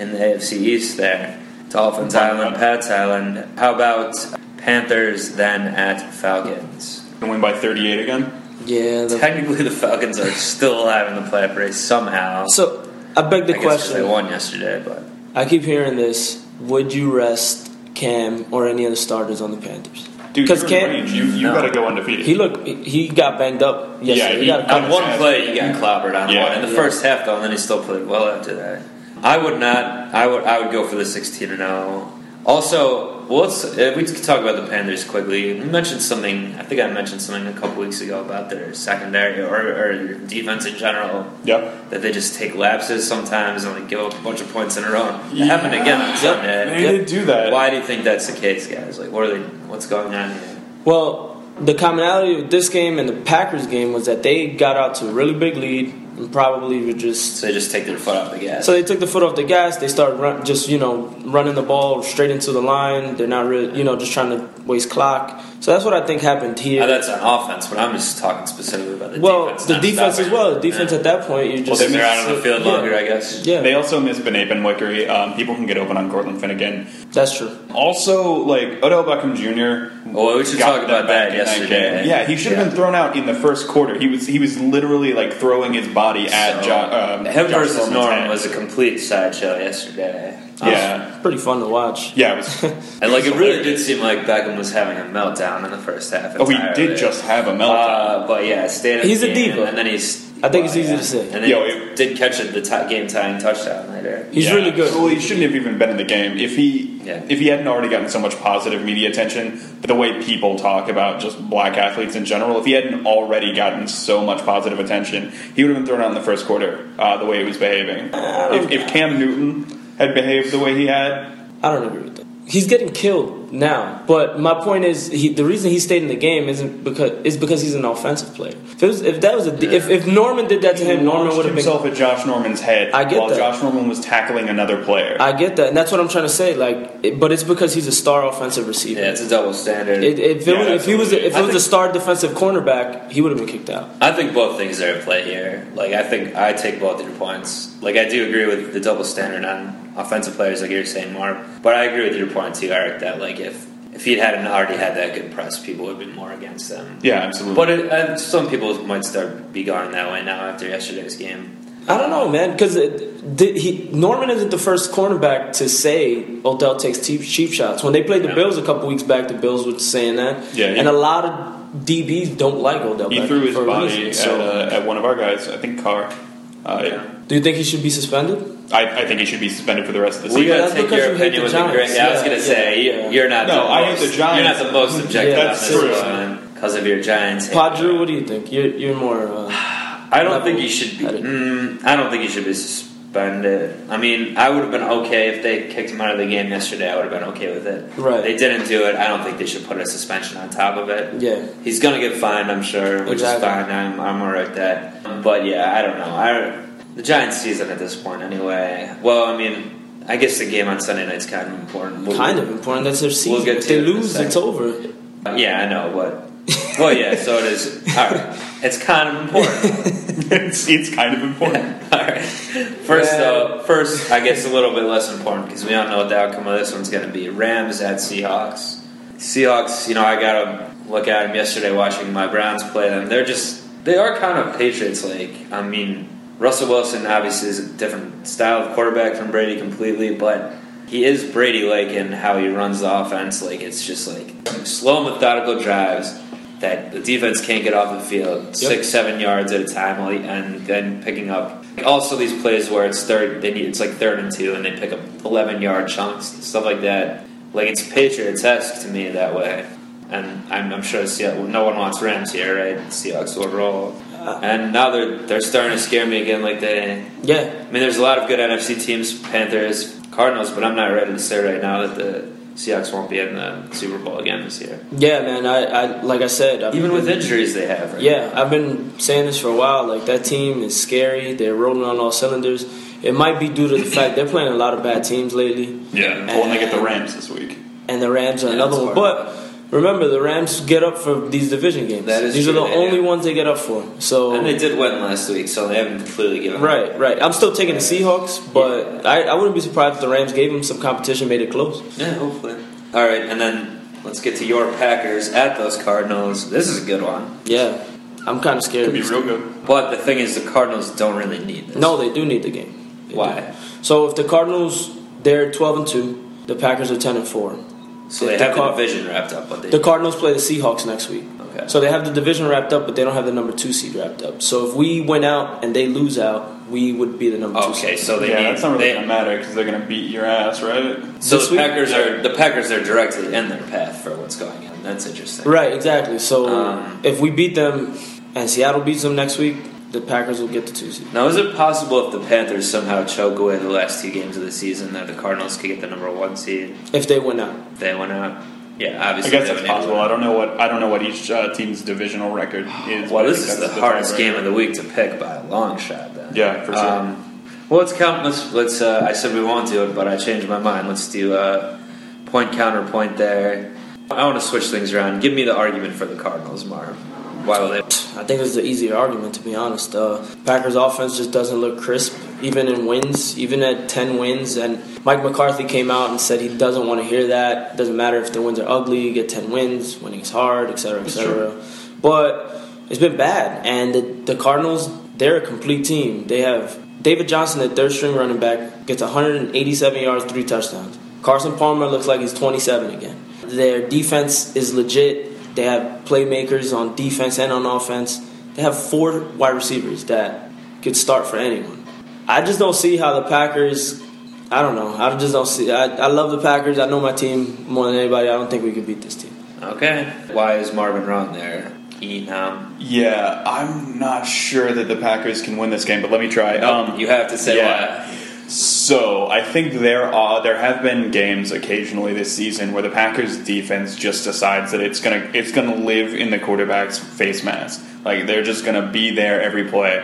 Speaker 5: in the AFC East there. Dolphins Island, Pats Island. How about Panthers then at Falcons?
Speaker 6: Gonna win by 38 again.
Speaker 7: yeah, the,
Speaker 5: Technically, the Falcons are still alive in the playoff race somehow.
Speaker 7: so I beg the
Speaker 5: I guess 'cause they
Speaker 7: question.
Speaker 5: won yesterday, but
Speaker 7: I keep hearing this. Would you rest Cam or any other starters on the Panthers?
Speaker 6: Dude, you're
Speaker 7: Because
Speaker 6: in
Speaker 7: Cam,
Speaker 6: range. You you
Speaker 5: No.
Speaker 6: got to go undefeated.
Speaker 7: he looked, he got banged up yesterday.
Speaker 6: Yeah,
Speaker 7: he,
Speaker 6: he-
Speaker 7: got a couple-
Speaker 5: On one play, you got clobbered on
Speaker 6: Yeah.
Speaker 5: one. In the
Speaker 7: Yeah.
Speaker 5: first half, though, and then he still played well after that. I would not. I would. I would go for the sixteen and zero. Also, well, let's uh, we could talk about the Panthers quickly. You mentioned something. I think I mentioned something a couple weeks ago about their secondary or, or their defense in general.
Speaker 6: Yep.
Speaker 5: That they just take lapses sometimes and like give up a bunch of points in a row. It happened again on Sunday.
Speaker 6: They did do that.
Speaker 5: Why do you think that's the case, guys? Like, what are they? What's going on here?
Speaker 7: Well, the commonality with this game and the Packers game was that they got out to a really big lead and probably were just
Speaker 5: So they just take their foot off the gas.
Speaker 7: So they took the foot off the gas. They started run, just you know running the ball straight into the line. They're not really you know just trying to waste clock. So that's what I think happened
Speaker 5: Now,
Speaker 7: here.
Speaker 5: Oh, that's on offense, but I'm just talking specifically about the
Speaker 7: Well,
Speaker 5: defense.
Speaker 7: the
Speaker 5: not
Speaker 7: defense as
Speaker 5: stopping.
Speaker 7: well. Defense
Speaker 5: Yeah.
Speaker 7: at that point, you
Speaker 5: Well,
Speaker 7: just
Speaker 5: then they're out on the field
Speaker 7: Yeah.
Speaker 5: longer, I guess.
Speaker 7: Yeah,
Speaker 6: They also missed Ben Apenwickery. Um, people can get open on Cortland Finnegan.
Speaker 7: that's true.
Speaker 6: Also, like Odell Beckham Jr.
Speaker 5: Well, we should
Speaker 6: got
Speaker 5: talk about
Speaker 6: them back
Speaker 5: that
Speaker 6: in that
Speaker 5: yesterday.
Speaker 6: game. Yeah, he should have
Speaker 5: Yeah.
Speaker 6: been thrown out in the first quarter. He was he was literally like throwing his body at
Speaker 5: So,
Speaker 6: John. Um,
Speaker 5: him
Speaker 6: Josh
Speaker 5: versus
Speaker 6: Norman's
Speaker 5: Norm
Speaker 6: head.
Speaker 5: was a complete sideshow yesterday. Um,
Speaker 6: Yeah.
Speaker 7: Pretty fun to watch.
Speaker 6: Yeah, it
Speaker 5: [LAUGHS]
Speaker 6: was,
Speaker 5: And like it really did
Speaker 6: hilarious.
Speaker 5: seem like Beckham was having a meltdown in the first half.
Speaker 6: Oh, we
Speaker 5: entirely.
Speaker 6: did just have a meltdown.
Speaker 5: Uh, but yeah, stayed. at
Speaker 7: He's
Speaker 5: the
Speaker 7: a
Speaker 5: game,
Speaker 7: diva.
Speaker 5: and then he's.
Speaker 7: I think it's easy to say.
Speaker 5: And then
Speaker 6: Yo,
Speaker 5: he
Speaker 6: it-
Speaker 5: did catch it the t- game tying touchdown later.
Speaker 7: He's
Speaker 6: Yeah.
Speaker 7: really good.
Speaker 6: Well, he shouldn't have even been in the game if he
Speaker 5: Yeah.
Speaker 6: if he hadn't already gotten so much positive media attention. But the way people talk about just black athletes in general, if he hadn't already gotten so much positive attention, he would have been thrown out in the first quarter. Uh, the way he was behaving, if, if Cam Newton had behaved the way he had,
Speaker 7: I don't agree with that. He's getting killed now, but my point is, he, the reason he stayed in the game isn't because is because he's an offensive player. If, it was, if that was a, if, if Norman did that to him, Norman
Speaker 6: launched
Speaker 7: would have been
Speaker 6: himself at Josh Norman's head
Speaker 7: I get
Speaker 6: while
Speaker 7: that.
Speaker 6: Josh Norman was tackling another player.
Speaker 7: I get that, and that's what I'm trying to say. Like, it- but it's because he's a star offensive receiver.
Speaker 5: Yeah, it's a double standard.
Speaker 7: It, if, it
Speaker 6: Yeah,
Speaker 7: was, if he was, a, if
Speaker 5: I
Speaker 7: it was a
Speaker 5: think-
Speaker 7: star defensive cornerback, he would have been kicked out.
Speaker 5: I think both things are at play here. Like I think I take both of your points. Like I do agree with the double standard on offensive players, like you were saying, Mark. But I agree with your point too, Eric. That like if if he'd hadn't already had that good press, people would have been more against them.
Speaker 6: yeah, absolutely.
Speaker 5: But it, and some people might start be going that way now after yesterday's game.
Speaker 7: I don't know, man, because he Norman isn't the first cornerback to say Odell takes cheap, cheap shots. When they played the
Speaker 5: Yeah.
Speaker 7: Bills a couple weeks back, the Bills were saying that,
Speaker 6: Yeah, he-
Speaker 7: and a lot of DBs don't like Odell.
Speaker 6: he
Speaker 7: Beckham
Speaker 6: threw his
Speaker 7: for a
Speaker 6: body
Speaker 7: reason, so-
Speaker 6: at, uh, at one of our guys, I think Carr. Uh, yeah.
Speaker 7: do you think he should be suspended?
Speaker 6: I, I think he should be suspended for the rest of the
Speaker 5: We
Speaker 6: season.
Speaker 7: Yeah,
Speaker 5: gotta
Speaker 7: that's
Speaker 5: take
Speaker 7: because
Speaker 5: your
Speaker 7: you hate
Speaker 5: opinion
Speaker 7: the
Speaker 5: with the grain.
Speaker 7: Giants.
Speaker 5: Yeah, I was
Speaker 7: Yeah,
Speaker 5: gonna
Speaker 7: yeah,
Speaker 5: say
Speaker 7: yeah.
Speaker 5: you, you're not.
Speaker 6: No,
Speaker 5: the
Speaker 6: I
Speaker 5: most,
Speaker 6: hate the Giants.
Speaker 5: You're not the most objective.
Speaker 7: Yeah,
Speaker 6: that's
Speaker 5: on this
Speaker 6: true.
Speaker 5: one because of your Giants. hate.
Speaker 7: Padre, what do you think? You're, you're more. Uh,
Speaker 5: I don't
Speaker 7: level
Speaker 5: think you should be.
Speaker 7: at it.
Speaker 5: Mm, I don't think you should be suspended. I mean, I would have been okay if they kicked him out of the game yesterday. I would have been okay with it.
Speaker 7: Right.
Speaker 5: They didn't do it. I don't think they should put a suspension on top of it.
Speaker 7: Yeah.
Speaker 5: He's gonna get fined, I'm sure, which
Speaker 7: Exactly.
Speaker 5: is fine. I'm I'm alright with that. But yeah, I don't know. I the Giants season at this point, anyway. Well, I mean. I guess the game on Sunday night's kind of important. We'll-
Speaker 7: kind of important. That's their season.
Speaker 5: get
Speaker 7: if
Speaker 5: to
Speaker 7: they
Speaker 5: it in a
Speaker 7: lose, it's
Speaker 5: second.
Speaker 7: over.
Speaker 5: Uh, Yeah, I know, but well, yeah. So it is. All right,
Speaker 7: [LAUGHS]
Speaker 5: it's kind of important.
Speaker 6: it's, it's kind of important.
Speaker 5: [LAUGHS] All right. First, uh, first, I guess a little bit less important because we don't know what the outcome of this one's going to be. Rams at Seahawks. Seahawks. You know, I got to look at them yesterday watching my Browns play them. They're just they are kind of Patriots like. I mean, Russell Wilson obviously is a different style of quarterback from Brady completely, but. He is Brady like in how he runs the offense. Like it's just like slow, methodical drives that the defense can't get off the field six, seven yards at a time, like, and then picking up. Also, these plays where it's third, they need it's like third and two, and they pick up eleven yard chunks and stuff like that. Like it's Patriots esque to me that way, and I'm, I'm sure Seahawks, no one wants Rams here, right? Seahawks will roll, and now they're they're starting to scare me again. Like they,
Speaker 7: Yeah,
Speaker 5: I mean, there's a lot of good NFC teams, Panthers, Cardinals, but I'm not ready to say right now that the Seahawks won't be in the Super Bowl again this year,
Speaker 7: yeah, man. I, I like I said, I've
Speaker 5: even
Speaker 7: been-
Speaker 5: with injuries they have. Right?
Speaker 7: Yeah, I've been saying this for a while. Like that team is scary. They're rolling on all cylinders. It might be due to the fact they're playing a lot of bad teams lately,
Speaker 6: Yeah. Well, when they get the Rams this week.
Speaker 7: and the Rams are
Speaker 5: Yeah,
Speaker 7: another
Speaker 5: that's
Speaker 7: one.
Speaker 5: part of
Speaker 7: But remember, the Rams get up for these division games.
Speaker 5: That is
Speaker 7: these
Speaker 5: true,
Speaker 7: are the
Speaker 5: they
Speaker 7: only
Speaker 5: do.
Speaker 7: ones they get up for. So
Speaker 5: And they did win last week, so they haven't completely given up.
Speaker 7: right, right. I'm still taking the Seahawks, but I, I wouldn't be surprised if the Rams gave them some competition, made it close.
Speaker 5: Yeah, hopefully. All right, and then let's get to your Packers at those Cardinals. This is a good one.
Speaker 7: Yeah, I'm kind of scared.
Speaker 6: It'd be real good.
Speaker 5: But the thing is, the Cardinals don't really need this.
Speaker 7: No, they do need the game. They
Speaker 5: Why?
Speaker 7: do. So if the Cardinals they're 12 and two, the Packers are 10 and four.
Speaker 5: So they
Speaker 7: The
Speaker 5: have the
Speaker 7: Car-
Speaker 5: division wrapped up, but they
Speaker 7: The Cardinals play the Seahawks next week.
Speaker 5: Okay.
Speaker 7: So they have the division wrapped up, but they don't have the number two seed wrapped up. So if we went out and they lose out, we would be the number two
Speaker 5: okay.
Speaker 7: seed.
Speaker 5: So they
Speaker 6: yeah,
Speaker 5: need
Speaker 6: that's not really
Speaker 5: they-
Speaker 6: gonna matter because they're gonna beat your ass, right?
Speaker 5: so
Speaker 7: This
Speaker 5: the
Speaker 7: week?
Speaker 5: Packers are the Packers are directly in their path for what's going on. That's interesting.
Speaker 7: Right, exactly. So
Speaker 5: Um,
Speaker 7: if we beat them and Seattle beats them next week, the Packers will get the two seed.
Speaker 5: Now, is it possible if the Panthers somehow choke away the last two games of the season that the Cardinals could get the number one seed?
Speaker 7: If they win out.
Speaker 5: If they went out, yeah,
Speaker 6: I
Speaker 5: obviously.
Speaker 6: guess
Speaker 5: they
Speaker 6: that's
Speaker 5: would need to
Speaker 6: possible.
Speaker 5: win.
Speaker 6: I don't know what I don't know what each uh, team's divisional record is.
Speaker 5: Well,
Speaker 6: but I
Speaker 5: this
Speaker 6: think
Speaker 5: is the
Speaker 6: that's
Speaker 5: hardest
Speaker 6: tiebreaker.
Speaker 5: game of the week to pick by a long shot. Then,
Speaker 6: Yeah, for sure.
Speaker 5: Um, well, let's count. Let's. let's uh, I said we won't do it, but I changed my mind. Let's do uh, point counterpoint there. I want to switch things around. Give me the argument for the Cardinals, Marv. Why will they?
Speaker 7: I think it's the easier argument, to be honest. Uh, Packers' offense just doesn't look crisp, even in wins, even at 10 wins. And Mike McCarthy came out and said he doesn't want to hear that. Doesn't matter if the wins are ugly, you get 10 wins, winning is hard, et cetera, et cetera. But it's been bad. And the, the Cardinals, they're a complete team. They have David Johnson, the third string running back, gets 187 yards, three touchdowns. Carson Palmer looks like he's 27 again. Their defense is legit. They have playmakers on defense and on offense. They have four wide receivers that could start for anyone. I just don't see how the Packers. I don't know. I just don't see. I, I love the Packers. I know my team more than anybody. I don't think we could beat this team.
Speaker 5: Okay. Why is Marvin Ron there? E, Eat him.
Speaker 6: Yeah, I'm not sure that the Packers can win this game, but let me try. Um,
Speaker 5: you have to say
Speaker 6: yeah.
Speaker 5: why.
Speaker 6: So I think there are there have been games occasionally this season where the Packers defense just decides that it's gonna it's gonna live in the quarterback's face mask. Like they're just gonna be there every play.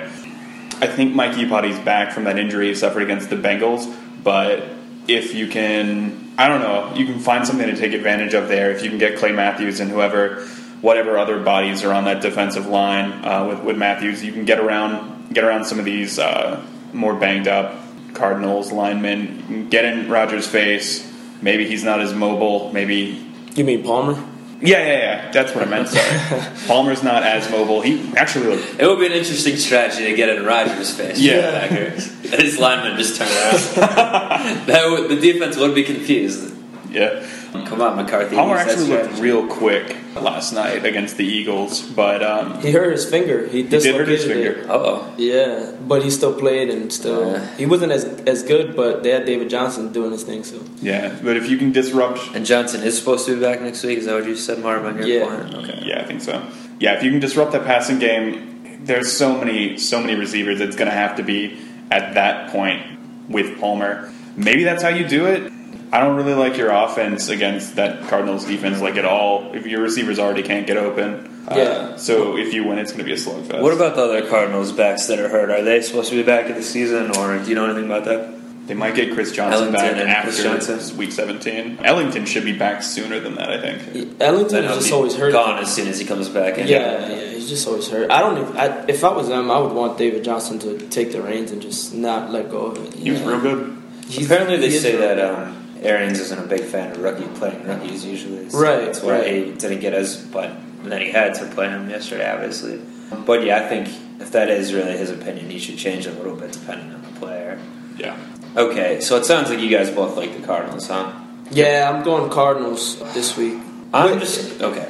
Speaker 6: I think Mike Iupati's back from that injury he suffered against the Bengals, but if you can, I don't know, you can find something to take advantage of there. If you can get Clay Matthews and whoever, whatever other bodies are on that defensive line uh, with with Matthews, you can get around get around some of these uh, more banged up Cardinals linemen. Get in Rogers' face. Maybe he's not as mobile. Maybe
Speaker 7: You mean Palmer?
Speaker 6: yeah, yeah, yeah. That's what I meant. Sorry, Palmer's not as mobile. He actually looked
Speaker 5: It would be an interesting strategy to get in Rogers' face.
Speaker 6: Yeah. [LAUGHS]
Speaker 5: Packers. His lineman just turned around. that would, the defense would be confused.
Speaker 6: yeah.
Speaker 5: Come on, McCarthy.
Speaker 6: Palmer
Speaker 5: use that
Speaker 6: actually looked
Speaker 5: strategy.
Speaker 6: real quick last night against the Eagles, but um,
Speaker 7: He hurt his finger. He
Speaker 6: he did hurt
Speaker 7: dislocated
Speaker 6: his
Speaker 7: it.
Speaker 6: finger.
Speaker 5: Uh-oh.
Speaker 7: Yeah, but he still played and still
Speaker 5: Yeah.
Speaker 7: he wasn't as as good, but they had David Johnson doing his thing. So
Speaker 6: Yeah, but if you can disrupt,
Speaker 5: And Johnson is supposed to be back next week. Is that what you said, Marvin? Your
Speaker 7: Yeah.
Speaker 5: point? Okay.
Speaker 6: yeah, I think so. Yeah, if you can disrupt that passing game, there's so many, so many receivers. It's going to have to be at that point with Palmer. Maybe that's how you do it. I don't really like your offense against that Cardinals defense like at all. If your receivers already can't get open, Uh,
Speaker 7: Yeah.
Speaker 6: so if you win, it's going to be a slugfest.
Speaker 5: What about the other Cardinals backs that are hurt? Are they supposed to be back in the season, or do you know anything about that?
Speaker 6: They might get Chris Johnson
Speaker 5: Ellington
Speaker 6: back
Speaker 5: and Chris
Speaker 6: after
Speaker 5: Johnson.
Speaker 6: week 17. Ellington should be back sooner than that, I think.
Speaker 5: I
Speaker 7: Ellington
Speaker 5: know
Speaker 7: was just
Speaker 5: he'll be
Speaker 7: always hurt.
Speaker 5: Gone as soon as he comes back.
Speaker 7: Yeah,
Speaker 5: in.
Speaker 7: yeah, he's just always hurt. I don't. Even, I, if I was them, I would want David Johnson to take the reins and just not let go of it.
Speaker 6: He
Speaker 7: you
Speaker 6: was
Speaker 7: know?
Speaker 6: real good.
Speaker 7: He's-
Speaker 5: Apparently, they
Speaker 7: he is
Speaker 5: say
Speaker 7: real
Speaker 5: that
Speaker 7: good.
Speaker 5: um, Arians isn't a big fan of rookie playing rookies usually. So
Speaker 7: Right,
Speaker 5: That's why
Speaker 7: right.
Speaker 5: he didn't get his, but then he had to play him yesterday, obviously. But yeah, I think if that is really his opinion, he should change it a little bit depending on the player.
Speaker 6: Yeah.
Speaker 5: Okay, so it sounds like you guys both like the Cardinals, huh?
Speaker 7: Yeah, I'm going Cardinals this week.
Speaker 5: I'm
Speaker 7: Wait.
Speaker 5: just okay.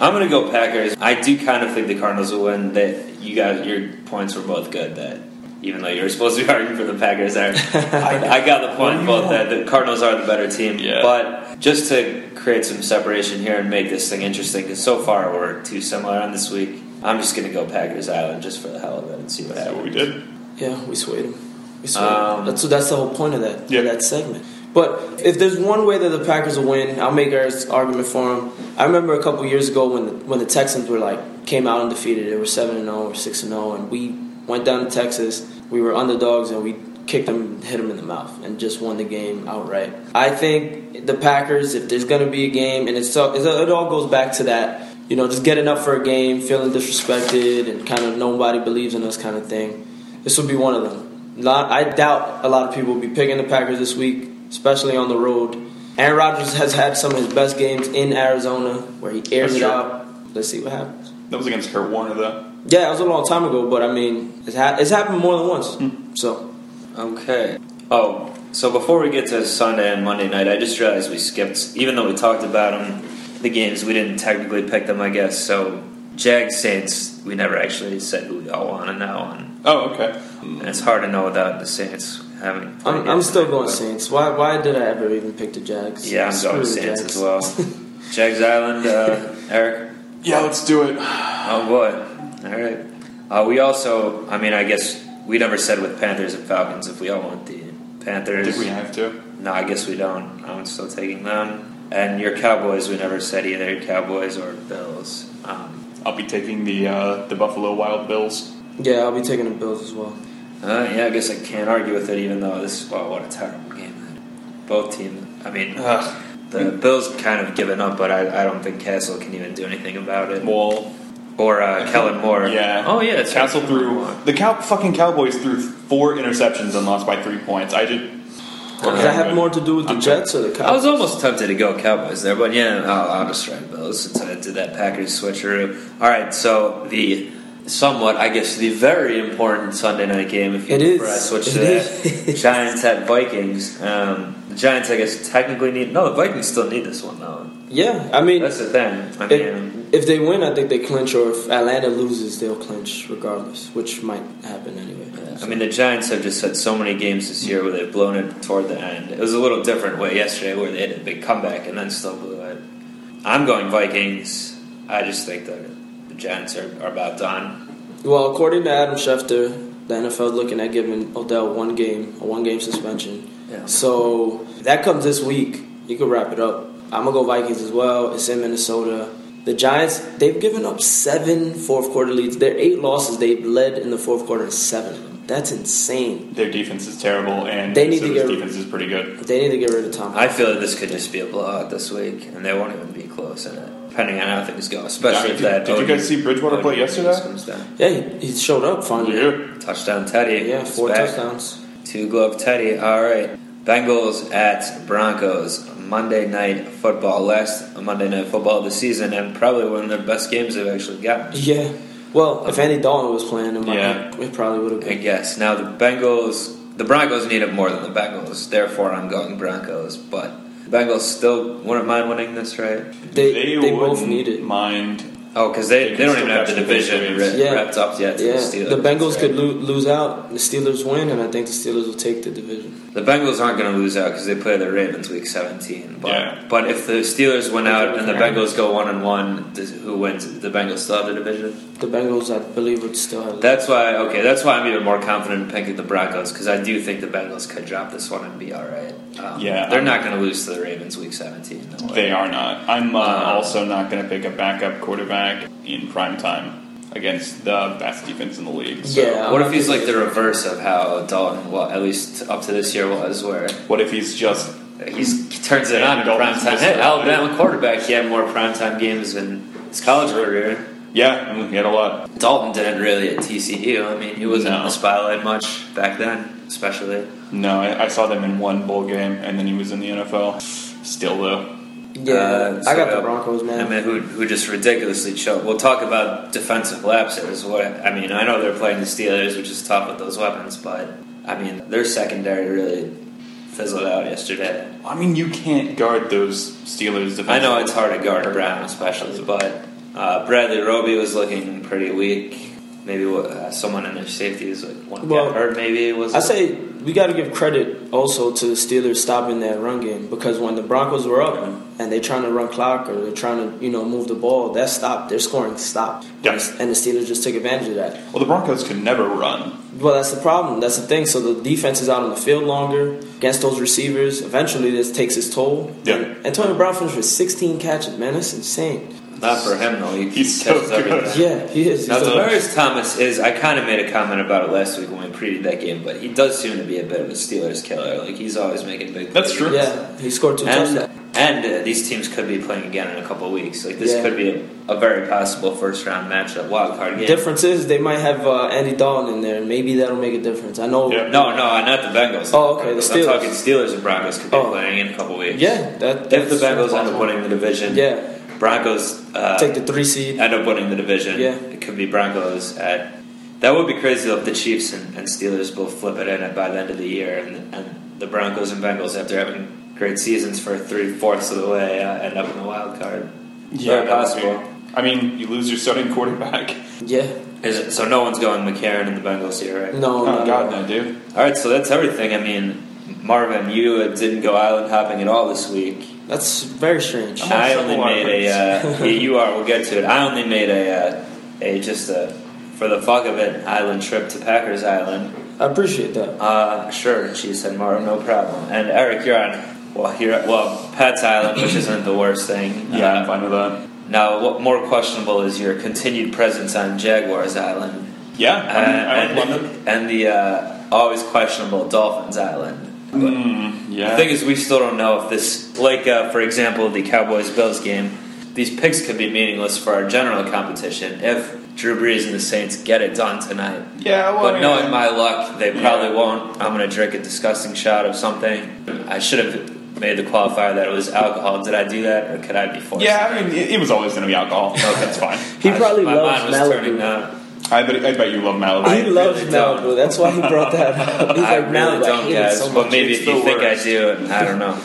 Speaker 5: I'm gonna go Packers. I do kind of think the Cardinals will win. That you guys, your points were both good. That even though you were supposed to be [LAUGHS] arguing for the Packers, there, I, I got the point both that the Cardinals are the better team.
Speaker 6: Yeah.
Speaker 5: But just to create some separation here and make this thing interesting, because so far we're too similar on this week. I'm just gonna go Packers Island just for the hell of it and see what
Speaker 6: That's what we
Speaker 5: happens.
Speaker 6: did.
Speaker 7: Yeah, we swayed him. We swayed
Speaker 5: Um,
Speaker 7: him. That's that's the whole point of that
Speaker 6: Yeah.
Speaker 7: that segment. But if there's one way that the Packers will win, I'll make an argument for them. I remember a couple years ago when the, when the Texans were like came out undefeated. They were seven and zero or six and zero, and we went down to Texas. We were underdogs, and we kicked them, hit them in the mouth, and just won the game outright. I think the Packers, if there's going to be a game, and it's all- it's, it all goes back to that. You know, just getting up for a game, feeling disrespected, and kind of nobody believes in us, kind of thing. This will be one of them. Not, I doubt a lot of people will be picking the Packers this week, especially on the road. Aaron Rodgers has had some of his best games in Arizona where he airs
Speaker 6: That's
Speaker 7: it
Speaker 6: true.
Speaker 7: out. Let's see what happens.
Speaker 6: That was against Kurt Warner, though.
Speaker 7: Yeah, it was a long time ago, but I mean, it's, ha- it's happened more than once.
Speaker 5: Hmm.
Speaker 7: So,
Speaker 5: Okay. Oh, so before we get to Sunday and Monday night, I just realized we skipped, even though we talked about them, the games, we didn't technically pick them, I guess. So, Jags Saints, we never actually said who we all want to know. And,
Speaker 6: Oh, okay.
Speaker 5: and it's hard to know without the Saints having. played
Speaker 7: I'm, I'm
Speaker 5: yet
Speaker 7: still
Speaker 5: tonight,
Speaker 7: going
Speaker 5: but-
Speaker 7: Saints. Why, why did I ever even pick the Jags?
Speaker 5: Yeah, I'm
Speaker 7: Screw
Speaker 5: going
Speaker 7: the
Speaker 5: Saints
Speaker 7: Jags.
Speaker 5: as well.
Speaker 7: [LAUGHS]
Speaker 5: Jags Island, uh, Eric?
Speaker 6: Yeah, let's do it.
Speaker 5: Oh boy! All right. Uh, we also, I mean, I guess we never said with Panthers and Falcons if we all want the Panthers.
Speaker 6: Did we have to?
Speaker 5: No, I guess we don't. I'm still taking them. And your Cowboys, we never said either Cowboys or Bills. Um,
Speaker 6: I'll be taking the uh, the Buffalo Wild Bills.
Speaker 7: Yeah, I'll be taking the Bills as well.
Speaker 5: uh, yeah, I guess I can't argue with it, even though this well, what a terrible game. Both teams. I mean,
Speaker 6: Ugh.
Speaker 5: the Bills kind of given up, but I, I don't think Castle can even do anything about it.
Speaker 6: Well,
Speaker 5: Or uh, Kellen Moore.
Speaker 6: yeah.
Speaker 5: Oh yeah, it's
Speaker 6: Castle threw
Speaker 5: Moore.
Speaker 6: the cow- fucking Cowboys threw four interceptions and lost by three points. I did.
Speaker 7: Does that have more to do with the Jets or the
Speaker 5: I was
Speaker 7: Cowboys?
Speaker 5: almost tempted to go Cowboys there, but yeah, I'll, I'll just try Bills since I did that Packers switcheroo. All right, so the somewhat, I guess, the very important Sunday night game. If you
Speaker 7: It
Speaker 5: look
Speaker 7: is.
Speaker 5: for us, which
Speaker 7: It
Speaker 5: is the
Speaker 7: is. [LAUGHS]
Speaker 5: Giants at Vikings. Um, the Giants, I guess, technically need no. The Vikings still need this one though.
Speaker 7: Yeah, I mean,
Speaker 5: That's the thing. I mean,
Speaker 7: if, if they win, I think they clinch, or if Atlanta loses, they'll clinch regardless, which might happen anyway.
Speaker 5: I mean, the Giants have just had so many games this year where they've blown it toward the end. It was a little different way yesterday where they had a big comeback and then still blew it. I'm going Vikings. I just think that the Giants are, are about done.
Speaker 7: Well, according to Adam Schefter, the NFL looking at giving Odell one game, a one game suspension.
Speaker 5: Yeah.
Speaker 7: So that comes this week. You could wrap it up. I'm gonna go Vikings as well. It's in Minnesota. The Giants, they've given up seven fourth quarter leads. Their eight losses, they've led in the fourth quarter in seven of them. That's insane.
Speaker 6: Their defense is terrible, and
Speaker 7: They need to
Speaker 6: Minnesota's
Speaker 7: get-
Speaker 6: defense is pretty good.
Speaker 7: They need to get rid of Tom.
Speaker 5: I feel that this could just be a blowout this week, and they won't even be close in it, depending on how things go. Especially
Speaker 6: Yeah,
Speaker 5: if
Speaker 6: did-
Speaker 5: that.
Speaker 6: did you guys see Bridgewater play
Speaker 5: Odin
Speaker 6: yesterday?
Speaker 5: Comes down.
Speaker 7: yeah, he, he showed up finally.
Speaker 5: Touchdown, Teddy.
Speaker 7: Yeah,
Speaker 5: He's
Speaker 7: four
Speaker 5: back.
Speaker 7: touchdowns.
Speaker 5: Two glove Teddy. All right. Bengals at Broncos. Monday night football. Last Monday night football of the season, and probably one of their best games they've actually gotten.
Speaker 7: Yeah. Well, if Andy Dalton was playing, it, might,
Speaker 6: Yeah.
Speaker 7: it probably would have
Speaker 5: I
Speaker 7: been.
Speaker 5: guess. Now, the Bengals. The Broncos need it more than the Bengals. Therefore, I'm going Broncos. But Bengals still wouldn't mind winning this, right?
Speaker 7: They, they, both
Speaker 6: wouldn't
Speaker 7: need it.
Speaker 6: Mind
Speaker 5: Oh, because they, they,
Speaker 6: They
Speaker 5: don't
Speaker 6: still
Speaker 5: even have the
Speaker 6: got the
Speaker 5: division
Speaker 6: Patriots.
Speaker 5: wra-
Speaker 7: Yeah.
Speaker 5: wrapped up yet. to
Speaker 7: Yeah,
Speaker 5: the,
Speaker 7: the,
Speaker 5: Steelers.
Speaker 7: Bengals could lo- lose out. The Steelers win, and I think the Steelers will take the division.
Speaker 5: The Bengals aren't going to lose out because they play the Ravens week 17. But
Speaker 6: Yeah.
Speaker 5: but if the Steelers win out and the
Speaker 6: Yeah.
Speaker 5: Bengals go one and one, does, who wins? The Bengals still have the division.
Speaker 7: The Bengals, I believe, would still have.
Speaker 5: That's why okay. That's why I'm even more confident in picking the Broncos because I do think the Bengals could drop this one and be all right. Um,
Speaker 6: Yeah.
Speaker 5: they're not going to lose to the Ravens week 17. No way.
Speaker 6: they are not. I'm uh, also not going to pick a backup quarterback in prime time against the best defense in the league. So
Speaker 7: Yeah.
Speaker 5: What if he's like the reverse of how Dalton, well, at least up to this year was, where
Speaker 6: What if he's just
Speaker 5: He's, he turns it on in
Speaker 6: Dalton's
Speaker 5: prime time.
Speaker 6: missed
Speaker 5: Hey,
Speaker 6: it.
Speaker 5: Alabama quarterback. He had more prime time games in his college career.
Speaker 6: yeah? mm, He had a lot.
Speaker 5: Dalton didn't really at TCU. I mean, he wasn't in
Speaker 6: No.
Speaker 5: the spotlight much back then, especially.
Speaker 6: No, I, I saw them in one bowl game, and then he was in the NFL. Still though,
Speaker 7: yeah,
Speaker 5: Uh,
Speaker 7: I got
Speaker 5: so,
Speaker 7: the Broncos, man.
Speaker 5: I mean, who, who just ridiculously choked. We'll talk about defensive lapses. What I mean, I know they're playing the Steelers, which is tough with those weapons, but I mean, their secondary really fizzled out yesterday.
Speaker 6: I mean you can't guard those Steelers. Defense.
Speaker 5: I know it's hard to guard Brown, especially, but uh, Bradley Roby was looking pretty weak. Maybe uh, someone in their safety is like one
Speaker 7: Well,
Speaker 5: got hurt. Maybe was
Speaker 7: I say we got to give credit also to the Steelers stopping that run game because when the Broncos were up and they're trying to run clock or they're trying to you know move the ball, that stopped. Their scoring stopped.
Speaker 6: Yeah.
Speaker 7: And the Steelers just took advantage of that.
Speaker 6: Well, the Broncos could never run.
Speaker 7: Well, that's the problem. That's the thing. So the defense is out on the field longer against those receivers. Eventually, this takes its toll.
Speaker 6: Yeah.
Speaker 7: And Antonio Brown finished with 16 catches, man. That's insane.
Speaker 5: not for him though. He
Speaker 6: He's
Speaker 5: catches
Speaker 6: so good.
Speaker 5: everything.
Speaker 7: Yeah, he is. He's
Speaker 5: Now,
Speaker 7: the best.
Speaker 5: Demarius Thomas is. I kind of made a comment about it last week when we previewed that game, but he does seem to be a bit of a Steelers killer. Like he's always making big.
Speaker 6: That's
Speaker 5: plays.
Speaker 6: true.
Speaker 7: Yeah, he scored two touchdowns.
Speaker 5: And, and uh, these teams could be playing again in a couple weeks. Like this
Speaker 7: Yeah.
Speaker 5: could be a, a very possible first round matchup, wild card game.
Speaker 7: Difference is they might have uh, Andy Dalton in there, and maybe that'll make a difference. I know.
Speaker 6: Yeah.
Speaker 5: No, no, not the Bengals.
Speaker 7: Oh, okay,
Speaker 5: I'm
Speaker 7: the Steelers.
Speaker 5: talking Steelers and Broncos could be
Speaker 7: Oh.
Speaker 5: playing in a couple weeks.
Speaker 7: Yeah, that
Speaker 5: If the
Speaker 7: that's-
Speaker 5: Bengals end up winning the division,
Speaker 7: Yeah,
Speaker 5: Broncos uh,
Speaker 7: take the three seed.
Speaker 5: end up winning the division.
Speaker 7: Yeah.
Speaker 5: It could be Broncos at. That would be crazy if the Chiefs and, and Steelers both flip it in by the end of the year, and, and the Broncos and Bengals, after having great seasons for three fourths of the way, uh, end up in the wild card. Very
Speaker 6: that would be-
Speaker 5: possible.
Speaker 6: I mean, you lose your
Speaker 5: [LAUGHS]
Speaker 6: starting quarterback.
Speaker 7: Yeah.
Speaker 5: Is it, so no one's going McCarron and the Bengals here, right?
Speaker 7: No.
Speaker 6: Oh
Speaker 7: no,
Speaker 6: God,
Speaker 7: no.
Speaker 6: no, dude.
Speaker 5: All right, so that's everything. I mean, Marvin, you uh, didn't go island hopping at all this week.
Speaker 7: That's very strange.
Speaker 6: I'm
Speaker 5: I
Speaker 6: on
Speaker 5: only
Speaker 6: Civil War
Speaker 5: made a. Uh, yeah, you are. We'll get to it. I only made a, uh, a just a for the fuck of it island trip to Packers Island.
Speaker 7: I appreciate that.
Speaker 5: Uh, sure, she said, Marvin, no problem. And Eric, you're on. Well, you're well, Pat's Island, which isn't the worst thing.
Speaker 6: Yeah, I'm
Speaker 5: Uh,
Speaker 6: fine with that.
Speaker 5: now, what more questionable is your continued presence on Jaguars Island
Speaker 6: Yeah,
Speaker 5: uh,
Speaker 6: I'm, I'm London.
Speaker 5: and, and the uh, always questionable Dolphins Island.
Speaker 6: Yeah,
Speaker 5: The thing is, we still don't know if this, like uh, for example, the Cowboys Bills game, these picks could be meaningless for our general competition if Drew Brees and the Saints get it done tonight.
Speaker 6: Yeah, well,
Speaker 5: but
Speaker 6: I mean,
Speaker 5: knowing
Speaker 6: I-
Speaker 5: my luck, they
Speaker 6: Yeah.
Speaker 5: probably won't. I'm gonna drink a disgusting shot of something. I should have made the qualifier that it was alcohol. Did I do that, or could I be forced?
Speaker 6: yeah. I mean, it, it was always going to be alcohol. No, that's fine.
Speaker 7: He
Speaker 5: I-
Speaker 7: probably
Speaker 5: my
Speaker 7: loves
Speaker 5: mind was
Speaker 7: Malibu.
Speaker 5: turning up.
Speaker 6: I bet, I bet you love Malibu.
Speaker 7: He loves
Speaker 5: really don't.
Speaker 7: Malibu. That's why he brought that
Speaker 5: [LAUGHS]
Speaker 7: [LAUGHS] up. He's
Speaker 5: I
Speaker 7: like,
Speaker 5: really
Speaker 7: Malibu, I
Speaker 5: don't,
Speaker 7: hate it
Speaker 5: guys.
Speaker 7: so
Speaker 5: but
Speaker 7: much.
Speaker 5: maybe
Speaker 7: It's
Speaker 5: if
Speaker 7: the
Speaker 5: you think I
Speaker 7: worst.
Speaker 5: do, I don't know.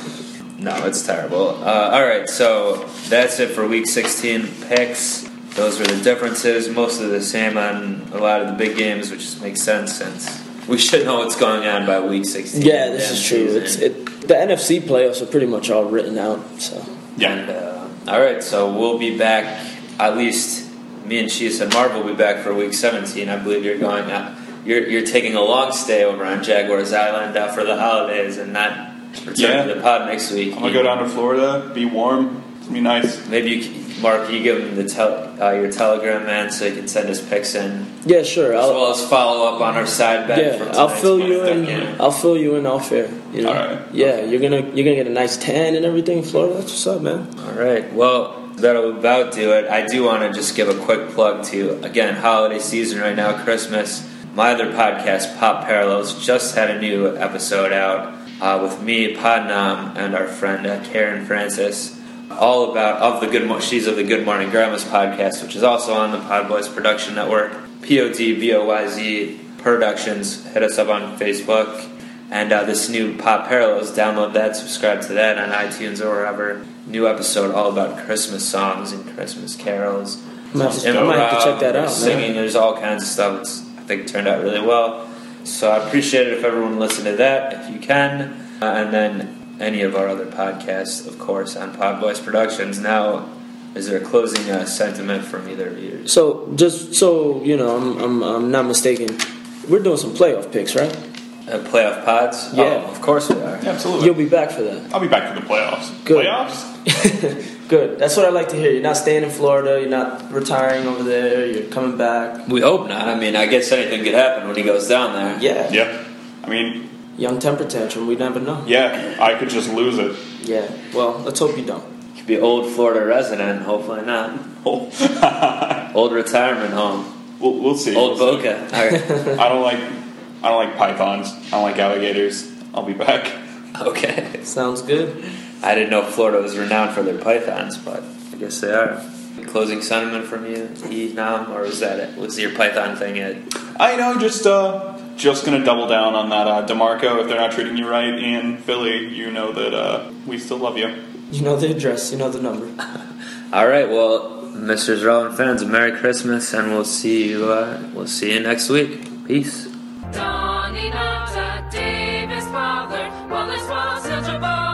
Speaker 5: No, it's terrible. Uh, all right, so that's it for week 16 picks. Those were the differences. Most of the same on a lot of the big games, which just makes sense since we should know what's going on by week 16.
Speaker 7: Yeah, this
Speaker 5: Damn
Speaker 7: is true.
Speaker 5: season.
Speaker 7: It's it. The NFC playoffs are pretty much all written out. So
Speaker 6: Yeah.
Speaker 5: And, uh, all right, so we'll be back. At least me and Chiefs and Marv will be back for Week 17. I believe you're going. Uh, you're you're taking a long stay over on Jaguars Island uh, for the holidays and not returning
Speaker 6: Yeah.
Speaker 5: to the pod next week.
Speaker 6: I'm gonna go down to Florida. Be warm. It's gonna be nice.
Speaker 5: Maybe you, can- Mark, you give him the tel- uh, your Telegram man so he can send his pics in,
Speaker 7: yeah, sure.
Speaker 5: as
Speaker 7: I'll,
Speaker 5: well as follow up on our side bet.
Speaker 7: yeah,
Speaker 5: from
Speaker 7: I'll
Speaker 5: tonight's
Speaker 7: fill you in.
Speaker 5: Monday game.
Speaker 7: I'll fill you in off air. You know.
Speaker 6: All right.
Speaker 7: Yeah, you're gonna you're gonna get a nice tan and everything in Florida. That's what's up, man.
Speaker 5: All right. Well, that'll about do it. I do want to just give a quick plug to again holiday season right now, Christmas. My other podcast, Pop Parallels, just had a new episode out uh, with me, Podnam, and our friend uh, Karen Francis, all about of the good. Mo- She's of the Good Morning Grandmas podcast, which is also on the Podboys Production Network. P O D B O Y Z Productions. Hit us up on Facebook. And uh, this new Pop Parallels, download that, subscribe to that on iTunes or wherever. New episode all about Christmas songs and Christmas carols. uh,
Speaker 7: I might have to- I might have to check that out, man.
Speaker 5: Singing, there's all kinds of stuff. It's, I think it turned out really well. So I appreciate it if everyone listened to that, if you can. Uh, and then any of our other podcasts, of course, on Pod Voice Productions. Now, is there a closing uh, sentiment from either of you?
Speaker 7: So just so you know, I'm I'm, I'm not mistaken. We're doing some playoff picks, right?
Speaker 5: Uh, playoff pods?
Speaker 7: Yeah.
Speaker 5: Oh, of course we are.
Speaker 6: Yeah, absolutely.
Speaker 7: You'll be back for that. [LAUGHS]
Speaker 6: I'll be back for the playoffs.
Speaker 7: Good.
Speaker 6: Playoffs?
Speaker 7: Good. That's what I like to hear. You're not staying in Florida. You're not retiring over there. You're coming back.
Speaker 5: We hope not. I mean, I guess anything could happen when he goes down there.
Speaker 7: Yeah.
Speaker 6: Yeah. I mean,
Speaker 7: Young temper tantrum. We never know.
Speaker 6: yeah. I could just lose it. [LAUGHS]
Speaker 7: Yeah. Well, let's hope you don't.
Speaker 5: Could be old Florida resident, hopefully not. old retirement home.
Speaker 6: We'll, we'll see.
Speaker 5: Old Boca. All [LAUGHS] right.
Speaker 6: [LAUGHS] I don't like. I don't like pythons. I don't like alligators. I'll be back.
Speaker 5: Okay.
Speaker 7: Sounds good.
Speaker 5: I didn't know Florida was renowned for their pythons, but I guess they are. Closing sentiment from you, E Nam, or was that it? Was your python thing it?
Speaker 6: I know. Just uh, just gonna double down on that uh, Demarco. If they're not treating you right in Philly, you know that uh, we still love you.
Speaker 7: You know the address. You know the number.
Speaker 5: All right. Well, Mr. Relevant fans, Merry Christmas, and we'll see you. Uh, we'll see you next week. Peace.
Speaker 4: Donnie Nata, Davis Pollard, Wallace Walls, Hilger Ball.